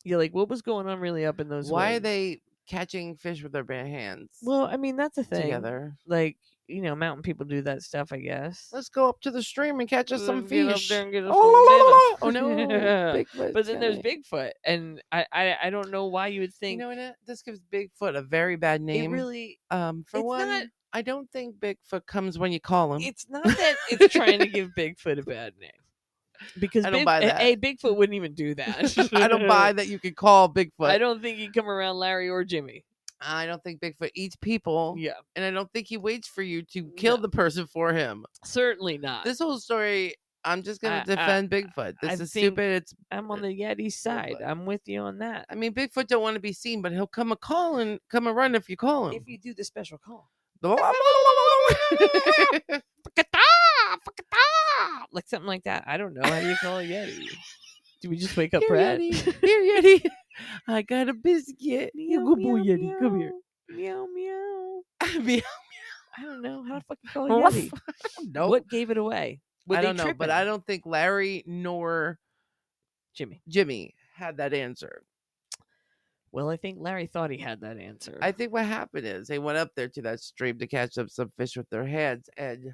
B: You're like, what was going on really up in those?
A: Why are
B: woods?
A: they catching fish with their bare hands
B: Well, I mean that's a thing.
A: together.
B: Like you know, mountain people do that stuff. I guess.
A: Let's go up to the stream and catch us some
B: Let's get up
A: fish.
B: there and get us
A: Oh, la,
B: some
A: la, la, la. oh
B: dinner.
A: no,
B: Yeah.
A: Bigfoot.
B: But then there's Bigfoot, and I, I I don't know why you would
A: You
B: think
A: know what? This gives Bigfoot a very bad
B: it
A: name.
B: really.
A: um, for
B: it's
A: one,
B: not-
A: I don't think Bigfoot comes when you call him.
B: It's not that it's trying to give Bigfoot a bad name because
A: I don't
B: Big-
A: buy
B: a-
A: that.
B: A, Bigfoot wouldn't even do that.
A: I don't buy that you could call Bigfoot.
B: I don't think he'd come around Larry or Jimmy.
A: I don't think Bigfoot eats people,
B: Yeah,
A: and I don't think he waits for you to kill
B: No.
A: the person for him.
B: certainly not.
A: This whole story, I'm just
B: I-
A: going
B: I-
A: to defend Bigfoot. This
B: I
A: is
B: think-
A: stupid. It's
B: I'm on the Yeti side.
A: but-
B: I'm with you on that.
A: I mean, Bigfoot don't want to be seen, but he'll come a call and come and run if you call him.
B: If you do the special call, "Fakata, fakata," like something like that. I don't know how do you call a Yeti. Do we just wake up
A: Here,
B: Brad?
A: Yeti. Here, Yeti. I got a biscuit. You
B: Meow,
A: good boy,
B: meow,
A: Yeti. Come here.
B: Meow meow.
A: Meow.
B: I don't know how to fucking call a
A: Ruff.
B: Yeti.
A: Nope.
B: What gave it away? Were
A: I
B: they
A: don't know, but
B: tripping?
A: I don't think Larry nor
B: Jimmy.
A: Jimmy had that answer.
B: Well, I think Larry thought he had that answer.
A: I think what happened is they went up there to that stream to catch up some fish with their heads, and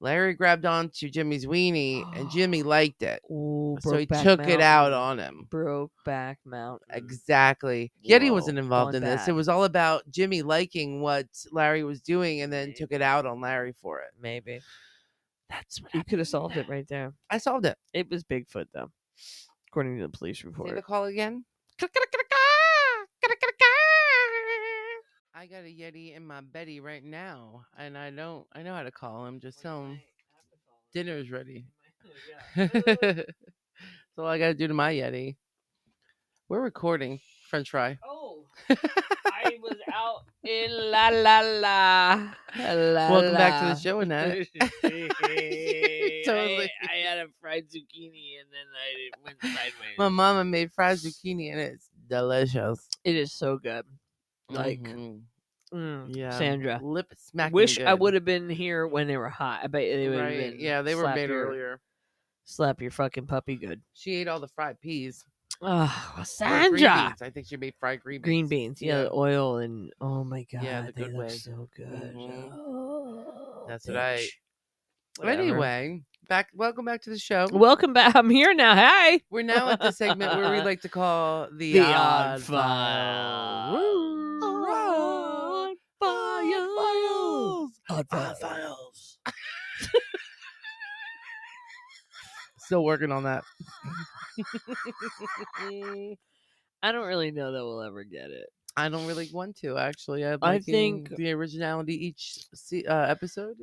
A: Larry grabbed onto Jimmy's weenie, and Jimmy liked it,
B: Ooh,
A: so he
B: Brokeback
A: took it out
B: Mountain.
A: on him.
B: Broke back mountain.
A: Exactly. Yeti
B: Mm-hmm. Whoa,
A: wasn't involved in
B: going
A: this. It
B: back.
A: was all about Jimmy liking what Larry was doing, and then
B: Right.
A: took it out on Larry for it.
B: Maybe.
A: That's what
B: You could have solved it right there.
A: I solved it.
B: It was Bigfoot though. According to the police
A: Say the
B: report.
A: call again. I got a Yeti in my Betty right now, and I don't. I know how to call him. Just tell him dinner's ready. That's all I got to do to my Yeti. We're recording French fry.
B: Oh, I was out in la la la. la
A: Welcome back to
B: la.
A: the show, Annette.
B: I-
A: Totally.
B: I, had a fried zucchini and then I it went sideways.
A: My mama made fried zucchini, and it's delicious.
B: It is so good. Like,
A: Mhm.
B: mm,
A: yeah,
B: Sandra.
A: lip smack.
B: Wish I would have been here when they were hot. I bet they would have
A: Right?
B: been.
A: Yeah, they were
B: slap
A: made
B: your-
A: earlier.
B: Slap your fucking puppy good.
A: She ate all the fried peas.
B: Oh,
A: or green
B: Sandra.
A: beans. I think she made fried green beans.
B: Green beans, yeah,
A: Yeah.
B: the oil and oh my god,
A: Yeah, the
B: they
A: good way.
B: look so good.
A: Mhm.
B: Oh,
A: That's what I-
B: bitch.
A: But
B: Whatever.
A: Anyway, back. Welcome back to the show.
B: welcome back. I'm here now. Hi.
A: We're now at the segment where we like to call the,
B: The
A: odd,
B: Odd
A: file.
B: File.
A: Woo!
B: Odd File. Odd
A: Odd
B: files.
A: Still working on that.
B: I don't really know that we'll ever get it.
A: I don't really want to actually. I'm
B: I
A: liking
B: think-
A: the originality each se- uh, episode.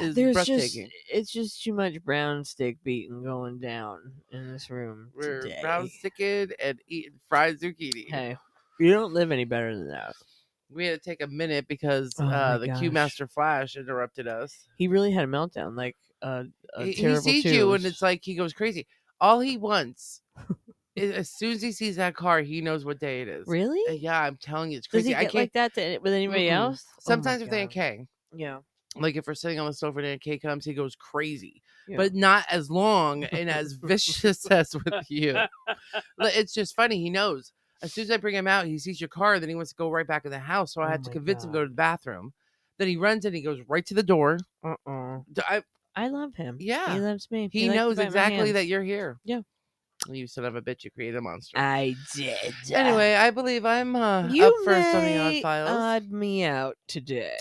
A: is
B: There's just
A: breathtaking.
B: it's just too much brown stick beating going down in this room
A: We're
B: today.
A: brown sticking and eating fried zucchini.
B: Hey, you don't live any better than that.
A: We had to take a minute because
B: Oh
A: uh,
B: my
A: the Q
B: gosh.
A: Master Flash interrupted us.
B: He really had a meltdown, like uh, a
A: he, he
B: terrible
A: sees you and
B: twos.
A: it's like he goes crazy. All he wants, is, as soon as he sees that car, he knows what day it is.
B: really.
A: Uh, Yeah, I'm telling you, it's
B: Does he
A: crazy. I
B: get
A: can't.
B: like that to, with anybody
A: Mm-mm.
B: else? Oh my
A: sometimes with Aunt
B: God.
A: Kay,
B: Yeah.
A: like if we're sitting on the sofa and Aunt Kay comes, he goes crazy,
B: yeah.
A: but not as long and as vicious as with you. Like, It's just funny. He knows. As soon as I bring him out, he sees your car, then he wants to go right back in the house. So I
B: Oh
A: have to
B: my
A: convince him to go
B: God.
A: to the bathroom. Then he runs and he goes right to the door.
B: uh-uh.
A: D- I,
B: I love him.
A: Yeah.
B: He loves me.
A: he
B: likes to
A: knows
B: bite my
A: exactly
B: hand.
A: that you're here.
B: Yeah.
A: You son of a bitch, you created a monster.
B: I did.
A: Anyway, I believe I'm uh,
B: you
A: up first on the odd
B: may
A: files.
B: odd me out today.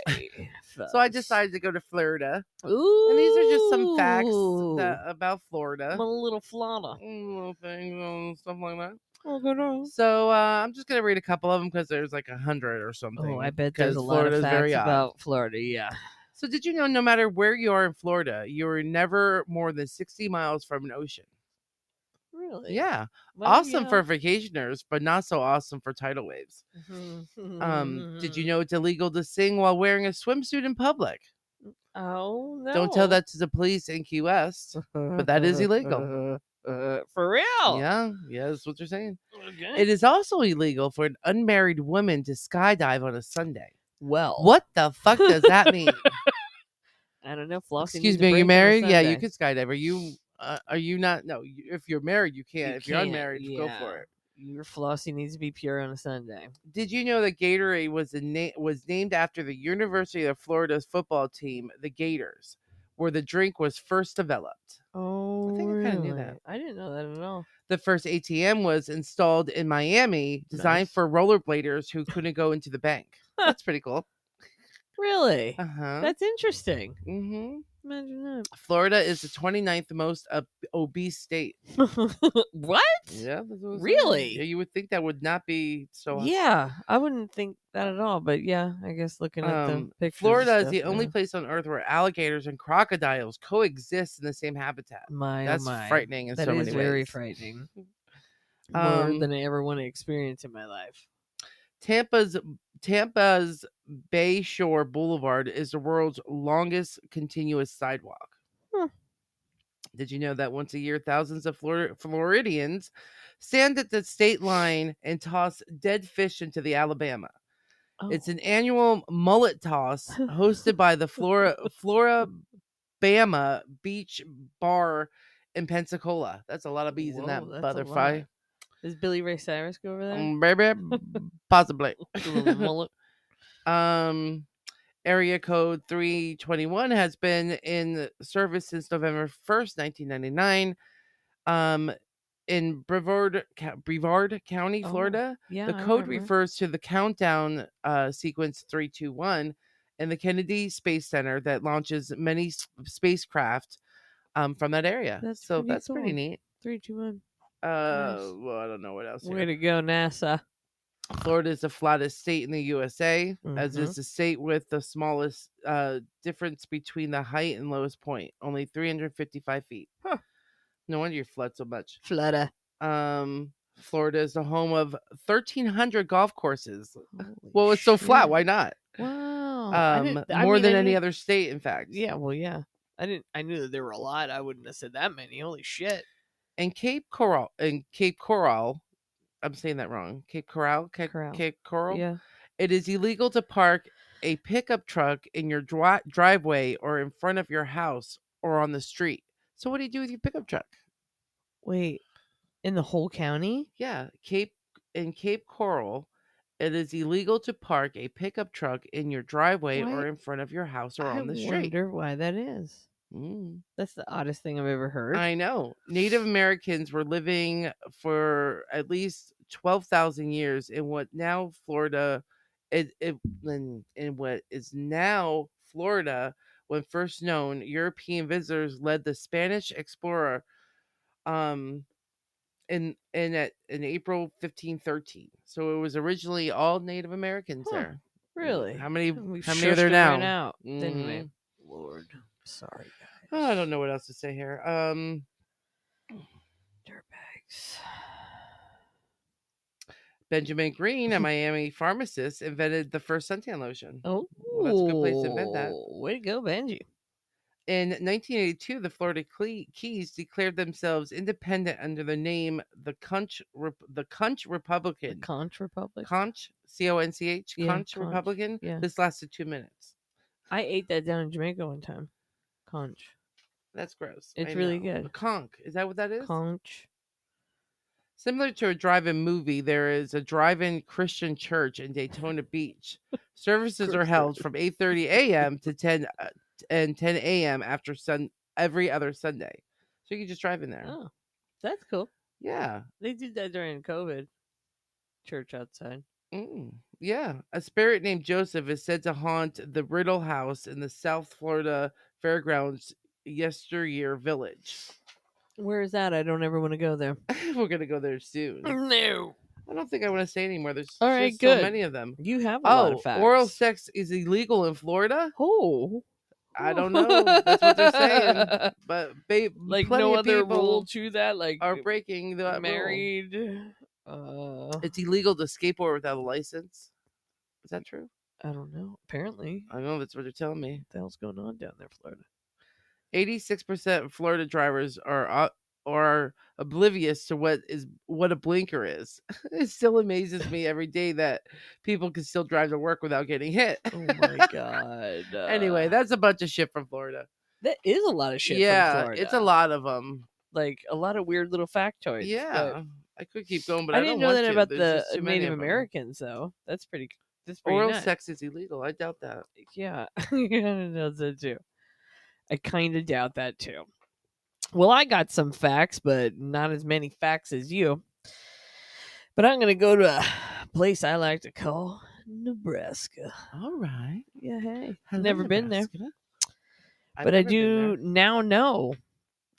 A: so I
B: folks.
A: decided to go to Florida.
B: Ooh.
A: And these are just some facts that, about Florida.
B: I'm a little flana.
A: Mm, Little things and stuff like that.
B: Oh, good on.
A: So uh, I'm just gonna read a couple of them because there's like a hundred or something.
B: Oh, I bet there's
A: 'cause
B: a lot
A: Florida's
B: of facts
A: very odd.
B: about Florida. Yeah.
A: So did you know no matter where you are in Florida, you're never more than 60 miles from an ocean?
B: Really?
A: Yeah,
B: Well,
A: awesome
B: yeah.
A: for vacationers, but not so awesome for tidal waves.
B: Hmm,
A: Um, did
B: Mm-hmm.
A: you know it's illegal to sing while wearing a swimsuit in public?
B: Oh no!
A: Don't tell that to the police in Key West.
B: but
A: that is illegal.
B: Uh, for real.
A: Yeah, yeah, that's what they're saying.
B: Okay.
A: It is also illegal for an unmarried woman to skydive on a Sunday.
B: well,
A: What the fuck does that mean?
B: I don't know. Flossie
A: Excuse
B: needs a
A: me, are you
B: break on a
A: married? Yeah, you
B: Sunday.
A: can skydive. Are you? Uh, are you not? No, you, if you're married, you can't.
B: You
A: if you're
B: can't,
A: unmarried, go for
B: yeah.
A: it.
B: your philosophy needs to be pure on a Sunday.
A: Did you know that Gatorade was the na- was named after the University of Florida's football team, the Gators, where the drink was first developed?
B: Oh,
A: think I kinda knew that.
B: I didn't know that at all.
A: The first ATM was installed in Miami, designed
B: Nice.
A: for rollerbladers who couldn't go into the bank.
B: Huh.
A: That's pretty cool.
B: Really?
A: Uh huh.
B: That's interesting.
A: hmm
B: Imagine that.
A: Florida is the 29th most ob- obese state.
B: what?
A: Yeah, that's what it says.
B: Really?
A: Yeah, you would think that would not be so.
B: Yeah, I wouldn't think that at all. But yeah, I guess looking at
A: Um,
B: the pictures, and
A: Florida is
B: stuff,
A: the only
B: yeah.
A: place on Earth where alligators and crocodiles coexist in the same habitat.
B: My, oh
A: That's
B: my.
A: frightening in
B: That
A: so
B: is
A: many
B: very
A: ways.
B: frightening.
A: Um,
B: More than I ever want to experience in my life.
A: Tampa's Tampa's Bay Shore Boulevard is the world's longest continuous sidewalk.
B: Hmm.
A: Did you know that once a year, thousands of Flor- Floridians stand at the state line and toss dead fish into the Alabama? It's
B: Oh,
A: an annual mullet toss hosted by the Flora Flora Bama Beach Bar in Pensacola. That's a lot of bees in that
B: whoa, that's a
A: butterfly.
B: lot. Does Billy Ray Cyrus go over there?
A: Mm, baby, possibly.
B: With a little mullet?
A: Um, area code 321 has been in service since November 1st, 1999. Um, in Brevard, Co- Brevard County,
B: Oh,
A: Florida,
B: Yeah,
A: the
B: I
A: code
B: remember.
A: refers to the countdown uh, sequence 321 and the Kennedy Space Center that launches many s- spacecraft um, from that area.
B: That's
A: so
B: pretty
A: that's pretty
B: cool.
A: neat.
B: Three, two, one.
A: Uh, Well, I don't know what else.
B: Way
A: Here.
B: to go, NASA.
A: Florida is the flattest state in the USA, as
B: Mhm.
A: is the state with the smallest uh, difference between the height and lowest point, only 355 feet.
B: Huh.
A: No wonder you flood so much.
B: Flutter.
A: Um, Florida is the home of 1,300 golf courses. Well, it's so flat. Why not?
B: Wow. Oh, I
A: um,
B: didn't- I
A: more
B: mean,
A: than
B: I
A: any
B: didn't-
A: other state, in fact.
B: Yeah, well, yeah. I didn't. I knew that there were a lot. I wouldn't have said that many. Holy shit.
A: And Cape Coral and Cape Coral, I'm saying that wrong. Cape Coral, Cape
B: Coral.
A: Cape Coral.
B: Yeah.
A: It is illegal to park a pickup truck in your dri- driveway or in front of your house or on the street. So what do you do with your pickup truck?
B: Wait. In the whole county?
A: Yeah, Cape in Cape Coral, it is illegal to park a pickup truck in your driveway
B: Why-
A: or in front of your house or
B: I
A: on the street.
B: wonder why that is.
A: Mm.
B: That's the oddest thing I've ever heard.
A: I know. Native Americans were living for at least 12,000 years in what now Florida it, it, in, in what is now Florida when first known European visitors led the Spanish explorer um in in at in April 1513. So it was originally all Native Americans
B: Huh,
A: there.
B: really?
A: How many
B: And we
A: how many are
B: shushed
A: there
B: it
A: now?
B: Right out, didn't we?
A: Mhm.
B: Lord, sorry. Guys.
A: Oh, I don't know what else to say here. Um
B: Dirtbags.
A: Benjamin Green, a Miami pharmacist, invented the first suntan lotion.
B: Oh,
A: that's a good place to invent that.
B: Way to go, Benji.
A: In 1982, the Florida Cle- Keys declared themselves independent under the name the Conch Rep- the Conch
B: The
A: Republican.
B: Conch Republic.
A: Conch C O N C H
B: Yeah,
A: Conch
B: Conch,
A: Republican.
B: yeah.
A: This lasted two minutes.
B: I ate that down in Jamaica one time. Conch.
A: That's gross.
B: It's
A: I
B: really
A: know. A
B: good.
A: Conch is that what that is?
B: Conch.
A: Similar to a drive-in movie, there is a drive-in Christian church in Daytona Beach. Services are
B: Christian.
A: held from 8:30 a.m. to 10 uh, and 10 a.m. after sun every other Sunday. So you can just drive in there.
B: Oh, that's cool.
A: Yeah.
B: They did that during COVID. Church outside.
A: Mm, yeah. A spirit named Joseph is said to haunt the Riddle House in the South Florida Fairgrounds yesteryear village.
B: Where is that? I don't ever want to go there.
A: We're going to go there soon.
B: No.
A: I don't think I want to say anymore. There's
B: All
A: just
B: right,
A: so
B: good.
A: many of them.
B: You have a lot
A: Oh,
B: of facts.
A: oral sex is illegal in Florida?
B: Oh.
A: I don't know. That's what they're saying. But babe,
B: like
A: plenty
B: no
A: of
B: other
A: people
B: rule to that. Like
A: are breaking the rule.
B: married. Uh,
A: It's illegal to skateboard without a license. Is that true?
B: I don't know. Apparently,
A: I don't know. That's what they're telling me.
B: what the hell's going on down there, Florida?
A: Eighty-six percent of Florida drivers are uh, are oblivious to what is what a blinker is. it still amazes me every day that people can still drive to work without getting hit.
B: Oh my god. Uh,
A: anyway, that's a bunch of shit from Florida.
B: that is a lot of shit. from
A: yeah,
B: Florida.
A: it's a lot of them.
B: Like a lot of weird little factoids. but
A: Yeah. I could keep going, but
B: I,
A: I, don't
B: didn't know
A: want
B: that
A: to.
B: about
A: There's
B: the uh,
A: just too many
B: Native
A: of 'em.
B: Americans, though. That's pretty. That's pretty
A: Oral
B: nuts.
A: sex is illegal. I doubt that.
B: Yeah, I kind of doubt that too. I kind of doubt that too. Well, I got some facts, but not as many facts as you. But I'm gonna go to a place I like to call Nebraska.
A: All right.
B: Yeah, hey,
A: Hello,
B: never been there.
A: Nebraska. I've
B: but I
A: never been there.
B: do now know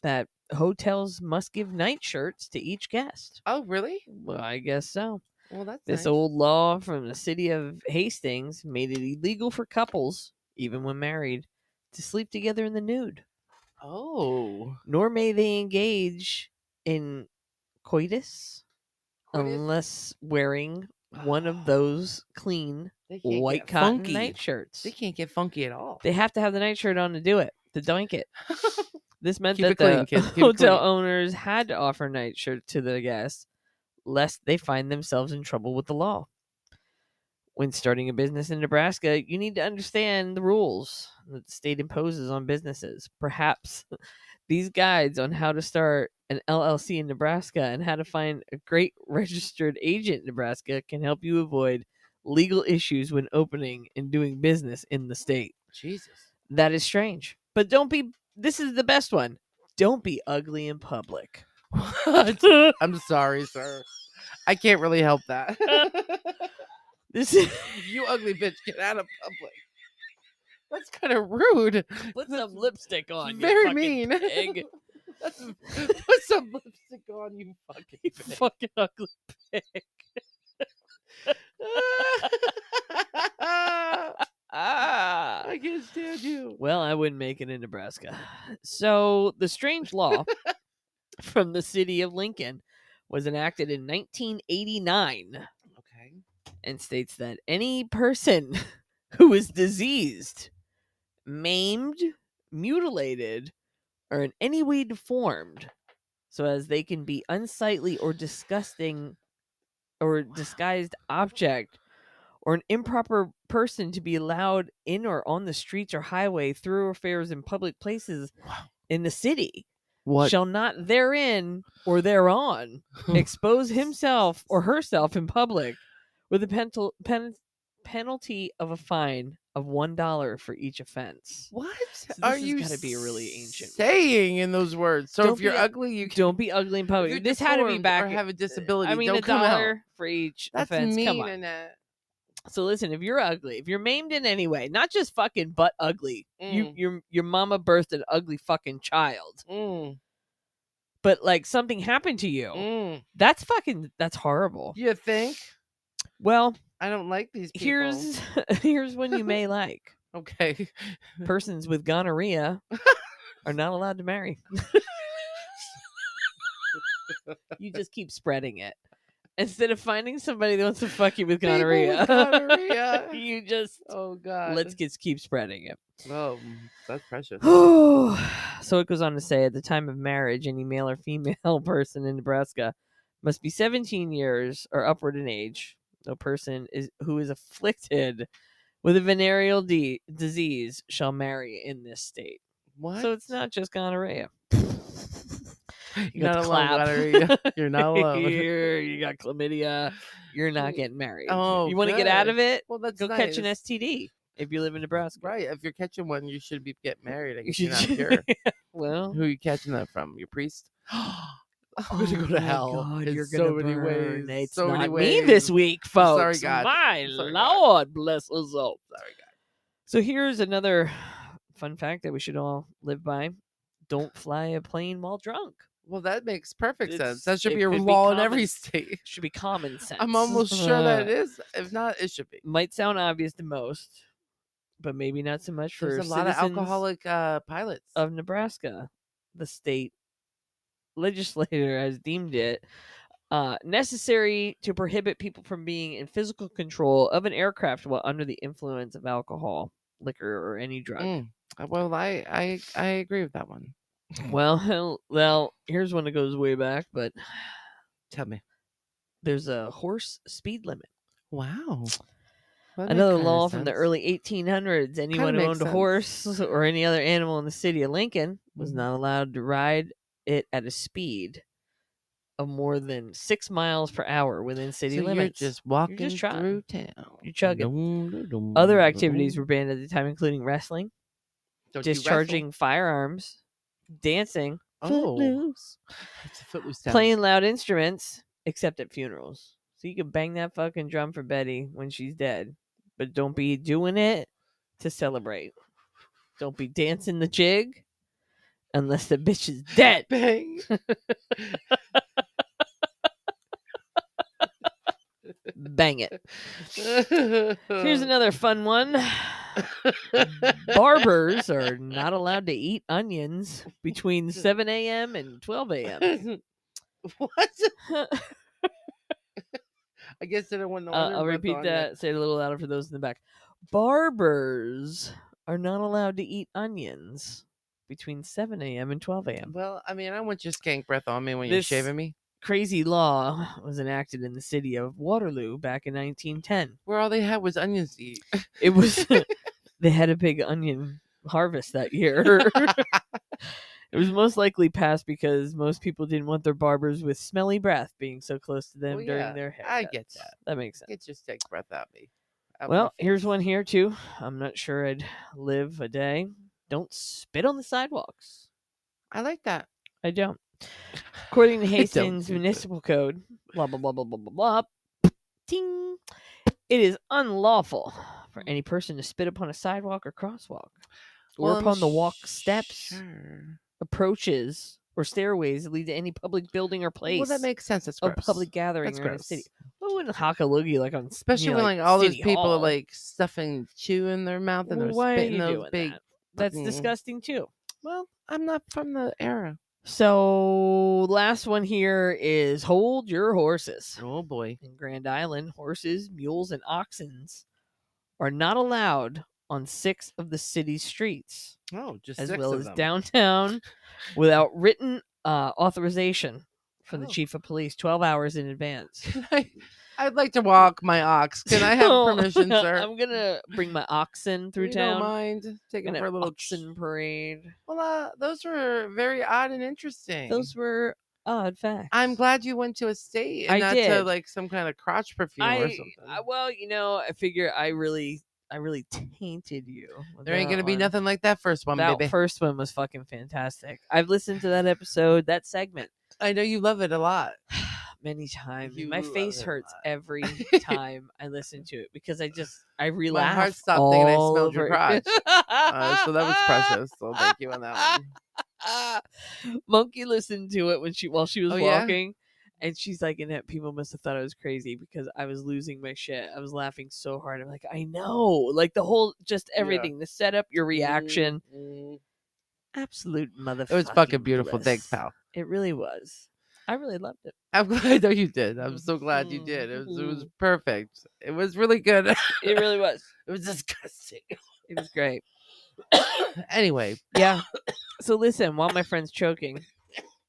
B: that hotels must give nightshirts to each guest.
A: Oh, really?
B: Well, I guess so.
A: Well, that's
B: This
A: nice.
B: old law from the city of Hastings made it illegal for couples, even when married, to sleep together in the nude,
A: Oh,
B: nor may they engage in coitus,
A: Coitus?
B: unless wearing one of those clean
A: They can't get
B: white cotton
A: funky.
B: nightshirts.
A: They can't get funky at all.
B: They have to have the nightshirt on to do it, to doink it. This meant
A: Keep it
B: that
A: clean,
B: the
A: kids, keep it
B: hotel
A: clean.
B: owners had to offer nightshirts to their guests, lest they find themselves in trouble with the law. When starting a business in Nebraska, you need to understand the rules that the state imposes on businesses. Perhaps these guides on how to start an LLC in Nebraska and how to find a great registered agent in Nebraska can help you avoid legal issues when opening and doing business in the state.
A: Jesus.
B: That is strange. But don't be this is the best one. Don't be ugly in public.
A: What? I'm sorry, sir. I can't really help that.
B: this is
A: you ugly bitch, get out of public. That's kind of rude.
B: put some lipstick on. you
A: Very
B: fucking
A: mean.
B: pig.
A: That's, put some lipstick on, you fucking.
B: You
A: bitch.
B: fucking ugly pig.
A: I
B: Ah.
A: can't stand you.
B: Well, I wouldn't make it in Nebraska. So the strange law from the city of Lincoln was enacted in 1989
A: Okay.
B: and states that any person who is diseased, maimed, mutilated, or in any way deformed, so as they can be unsightly or disgusting or disguised object, or an improper person to be allowed in or on the streets or highway, thoroughfares, and public places
A: Wow.
B: in the city,
A: What?
B: shall not therein or thereon expose himself or herself in public with a penal, pen, penalty of a fine of one dollar for each offense.
A: What
B: this
A: are
B: has
A: you
B: gotta be a really ancient word.
A: saying in those words? So
B: Don't
A: if you're
B: be a-
A: ugly, you can
B: Don't be ugly in
A: if you're
B: public. This had to be
A: deformed
B: back. uh,
A: or have a disability.
B: I mean,
A: don't
B: a
A: come out.
B: dollar for each
A: That's
B: offense.
A: mean,
B: Come on.
A: Annette.
B: So listen, if you're ugly, if you're maimed in any way, not just fucking butt ugly, you
A: Mm.
B: your your mama birthed an ugly fucking child,
A: Mm,
B: but like something happened to you,
A: mm.
B: that's fucking that's horrible.
A: You think?
B: Well,
A: I don't like these people.
B: here's here's one you may like.
A: okay.
B: persons with gonorrhea are not allowed to marry. you just keep spreading it. Instead of finding somebody that wants to fuck you with
A: People with
B: gonorrhea,
A: gonorrhea.
B: you just
A: Oh God.
B: let's get keep spreading it.
A: Oh, that's precious.
B: so it goes on to say at the time of marriage, any male or female person in Nebraska must be 17 years or upward in age. No person is who is afflicted with a venereal de- disease shall marry in this state.
A: What?
B: So it's not just gonorrhea.
A: you're not
B: got the
A: alone.
B: clap.
A: Gonorrhea. You're not alone.
B: You're- you got chlamydia. You're not getting married.
A: Oh,
B: you want to get out of it?
A: well, that's
B: Go
A: nice.
B: catch an STD if you live in Nebraska.
A: Right. If you're catching one, you should be get married. I
B: You
A: guess you're not
B: should-
A: pure.
B: well,
A: Who are you catching that from? Your priest? I'm gonna
B: oh
A: go
B: my
A: to hell.
B: God,
A: in
B: you're
A: so
B: gonna
A: many
B: burn.
A: ways.
B: It's
A: so
B: not
A: many
B: me
A: ways.
B: this week,
A: I'm sorry,
B: folks.
A: God.
B: My
A: I'm sorry, God.
B: Lord, bless us all.
A: Sorry, God.
B: So here's another fun fact that we should all live by: Don't fly a plane while drunk.
A: Well, that makes perfect sense.
B: It's-
A: That should
B: it
A: be a
B: could be
A: law in every
B: common.
A: state.
B: Should be common sense.
A: I'm almost sure that it is. If not, it should be.
B: might sound obvious to most, but maybe not so much for
A: There's a lot of
B: citizens
A: alcoholic uh, pilots.
B: of Nebraska. The state legislator has deemed it uh, necessary to prohibit people from being in physical control of an aircraft while under the influence of alcohol, liquor, or any drug.
A: Mm. Uh, Well, I, I I agree with that one.
B: Well, well, here's one that goes way back, but
A: Tell me.
B: there's a horse speed limit.
A: Wow.
B: Another law from the early 1800s anyone who
A: makes
B: owned a
A: sense.
B: horse or any other
A: Mm.
B: animal in the city of Lincoln was
A: Mhm.
B: not allowed to ride it at a speed of more than six miles per hour within city
A: so
B: limits.
A: You're just walking
B: trotting.
A: through town.
B: You're chugging.
A: Dum-dum-dum-dum.
B: Other activities were banned at the time, including wrestling,
A: Don't you wrestle?
B: discharging firearms, dancing,
A: Oh,
B: footloose,
A: it's a footloose town.
B: playing loud instruments, except at funerals. So you can bang that fucking drum for Betty when she's dead, but don't be doing it to celebrate. Don't be dancing the jig unless the bitch is dead.
A: bang.
B: Bang it. Here's
A: Here's
B: another fun one. Barbers are not allowed to eat onions between 7 a.m. and 12 a.m.
A: what? I guess I don't want to.
B: Uh, I'll repeat that. Say it a little louder for those in the back. Barbers are not allowed to eat onions between 7 a.m. and 12 a.m.
A: Well, I mean, I want your skank breath on me when
B: This-
A: you're shaving me.
B: Crazy law was enacted in the city of Waterloo back in 1910.
A: Where all they had was onions to eat.
B: It was they had a big onion harvest that year. it was most likely passed because most people didn't want their barbers with smelly breath being so close to them
A: Well,
B: during
A: yeah,
B: their hair.
A: I get that.
B: That makes sense.
A: Get your stank breath out me. Out my
B: Well, here's
A: face.
B: one here too. I'm not sure I'd live a day. Don't spit on the sidewalks.
A: I like that.
B: I don't. According to
A: I don't
B: Hastings
A: do that.
B: Municipal Code, blah blah blah blah blah blah blah. Ting. It is unlawful for any person to spit upon a sidewalk or crosswalk, or
A: Well, I'm
B: upon the walk steps,
A: sure.
B: approaches, or stairways that lead to any public building or place
A: Well, that makes sense. That's
B: of
A: gross.
B: public gathering
A: That's
B: or in a
A: gross.
B: city. Well, wouldn't Hakalugi like on you know,
A: Especially when like, all those
B: City
A: people are
B: Hall?
A: like stuffing chew in their mouth and they're
B: Well, why are
A: spitting
B: you
A: those
B: doing
A: big.
B: that? That's
A: fucking-
B: disgusting too.
A: Well, I'm not from the era.
B: So last one here is hold your horses.
A: Oh boy.
B: In Grand Island, horses, mules, and oxens are not allowed on six of the city streets,
A: Oh, just
B: as
A: six
B: well
A: of
B: as
A: them.
B: downtown, without written uh, authorization from
A: Oh.
B: the chief of police 12 hours in advance.
A: Can I, I'd like to walk my ox. Can I have
B: So,
A: permission, sir?
B: I'm gonna bring my oxen through
A: you
B: town.
A: Don't mind taking
B: Gonna
A: for a
B: have
A: little.
B: oxen parade.
A: Well, uh, those were very odd and interesting.
B: Those were odd facts.
A: I'm glad you went to a state and
B: I
A: not to
B: did.
A: like some kind of crotch perfume
B: I,
A: or something.
B: I- well, you know, I figure I really, I really tainted you. with
A: there ain't
B: that
A: gonna be
B: one.
A: nothing like that first one,
B: that
A: baby.
B: first one was fucking fantastic. I've listened to that episode, that segment,
A: I know you love it a lot.
B: many times.
A: You
B: My
A: love
B: face
A: it a
B: hurts
A: lot.
B: every time I listen to it because I just I
A: My
B: relax.
A: heart stopped thinking I
B: all
A: smelled your
B: over-
A: crotch. Uh, so that was precious. So thank you on that one.
B: Monkey listened to it when she while she was
A: Oh, yeah?
B: walking, and she's like, "And that people must have thought I was crazy because I was losing my shit. I was laughing so hard. I'm like, I know, like the whole, just
A: Yeah. Mm-hmm.
B: everything, the setup, your reaction,
A: Mm, mm.
B: absolute motherfucker.
A: It was fucking beautiful. Thanks, pal.
B: It really was. I really loved it.
A: I'm glad I know you did. I'm so glad
B: Mm-hmm.
A: you did. It was, it was perfect. It was really good. it
B: It really was.
A: was disgusting.
B: It was great.
A: anyway,
B: Yeah. So listen, while my friend's choking,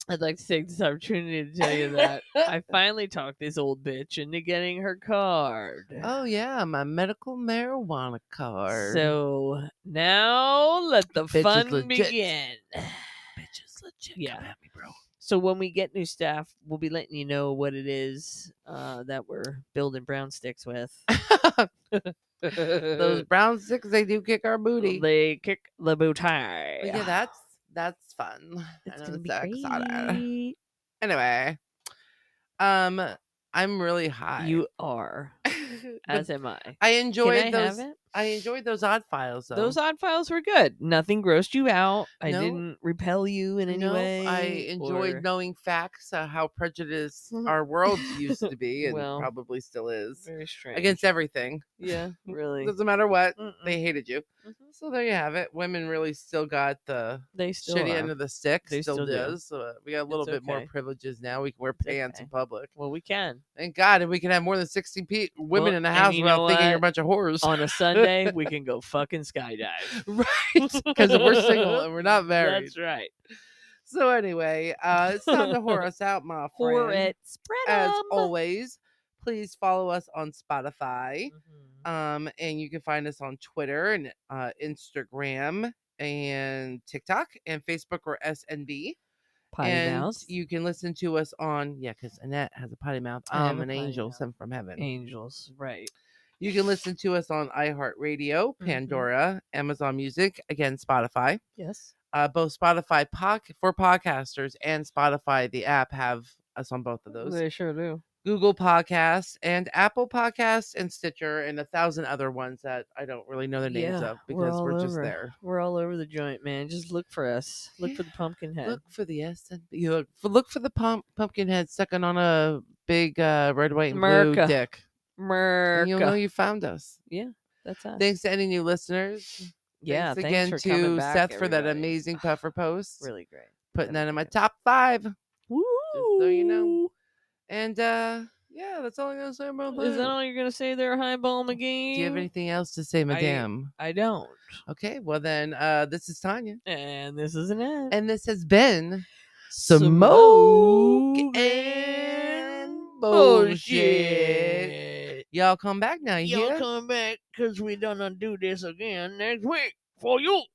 B: I'd like to take this opportunity to tell you that I finally talked this old bitch into getting her card.
A: oh yeah, my medical marijuana card.
B: So now let the
A: Bitch is
B: fun
A: legit.
B: begin.
A: bitches legit.
B: Yeah.
A: come at me, bro.
B: So when we get new staff, we'll be letting you know what it is uh, that we're building brown sticks with.
A: Those brown sticks, they do kick our booty.
B: They kick the booty.
A: But Oh, yeah, that's that's fun.
B: It's
A: and
B: gonna
A: I'm
B: be
A: so excited.
B: great.
A: Anyway, um, I'm really high.
B: You are,
A: But
B: as am I.
A: I
B: Can
A: enjoyed
B: I
A: those.
B: have it?
A: I enjoyed those odd files. Though.
B: Those odd files were good. Nothing grossed you out. I
A: No.
B: didn't repel you in any
A: No,
B: way.
A: I enjoyed
B: or-
A: knowing facts uh, how prejudiced our world used to be and
B: Well,
A: probably still is
B: Very strange.
A: against everything.
B: Yeah, really.
A: Doesn't matter what
B: Mm-mm.
A: they hated you.
B: Mhm.
A: So there you have it. Women really still got the
B: They still
A: shitty
B: are.
A: end of the stick.
B: They
A: still,
B: still do.
A: does. So uh, we got a little
B: It's
A: bit more
B: okay.
A: privileges now. We can wear pants in
B: okay.
A: public.
B: Well, we can.
A: Thank God, and we can have more than sixteen pe- women
B: Well,
A: in the
B: and
A: house
B: you
A: without
B: know
A: thinking you're a
B: what?
A: bunch of whores.
B: On a Sunday, we can go fucking skydive.
A: right? Because we're single and we're not married.
B: Oh, That's right.
A: So anyway, uh, it's time to whore us out, my friend.
B: Pour it. Spread
A: As
B: 'em.
A: always, please follow us on Spotify.
B: Mhm.
A: Um, and you can find us on Twitter and uh, Instagram and TikTok and Facebook or SNB.
B: Potty
A: and
B: mouth.
A: you can listen to us on yeah, because Annette has a potty mouth.
B: I have
A: I'm
B: a
A: an
B: potty
A: angel
B: mouth.
A: sent from heaven.
B: Angels, right?
A: You can listen to us on iHeartRadio,
B: Mhm.
A: Pandora, Amazon Music, again Spotify.
B: Yes.
A: Uh, both Spotify poc for podcasters and Spotify the app have us on both of those.
B: They sure do.
A: Google Podcasts and Apple Podcasts and Stitcher and a thousand other ones that I don't really know the names
B: Yeah,
A: of
B: we're
A: because
B: all
A: we're, just
B: over.
A: there.
B: We're all over the joint, man. Just look for us. Look for the
A: Yeah.
B: pumpkin head.
A: Look for the S and you look for, look for the pump, pumpkin head sucking on a big uh, red, white, and blue
B: America.
A: dick.
B: Merca.
A: And you'll know you found us.
B: That's us.
A: Thanks to any new listeners.
B: yeah.
A: thanks
B: Thanks
A: again
B: for
A: to
B: coming back,
A: Seth for that
B: everybody.
A: amazing puffer post.
B: Really great.
A: putting that in my
B: amazing.
A: top five.
B: Woo!
A: so you know. And uh yeah, that's all I'm gonna say about
B: Is that
A: that.
B: all you're gonna say there, Highball McGee?
A: Do you have anything else to say, Madame?
B: I don't.
A: Okay, well then, uh this is Tanya,
B: And this isn't it.
A: and this has been
B: Smoke
A: Smoke and Bullshit. Y'all come back now, you
B: Y'all
A: hear?
B: come back because we gonna do this again next week for you.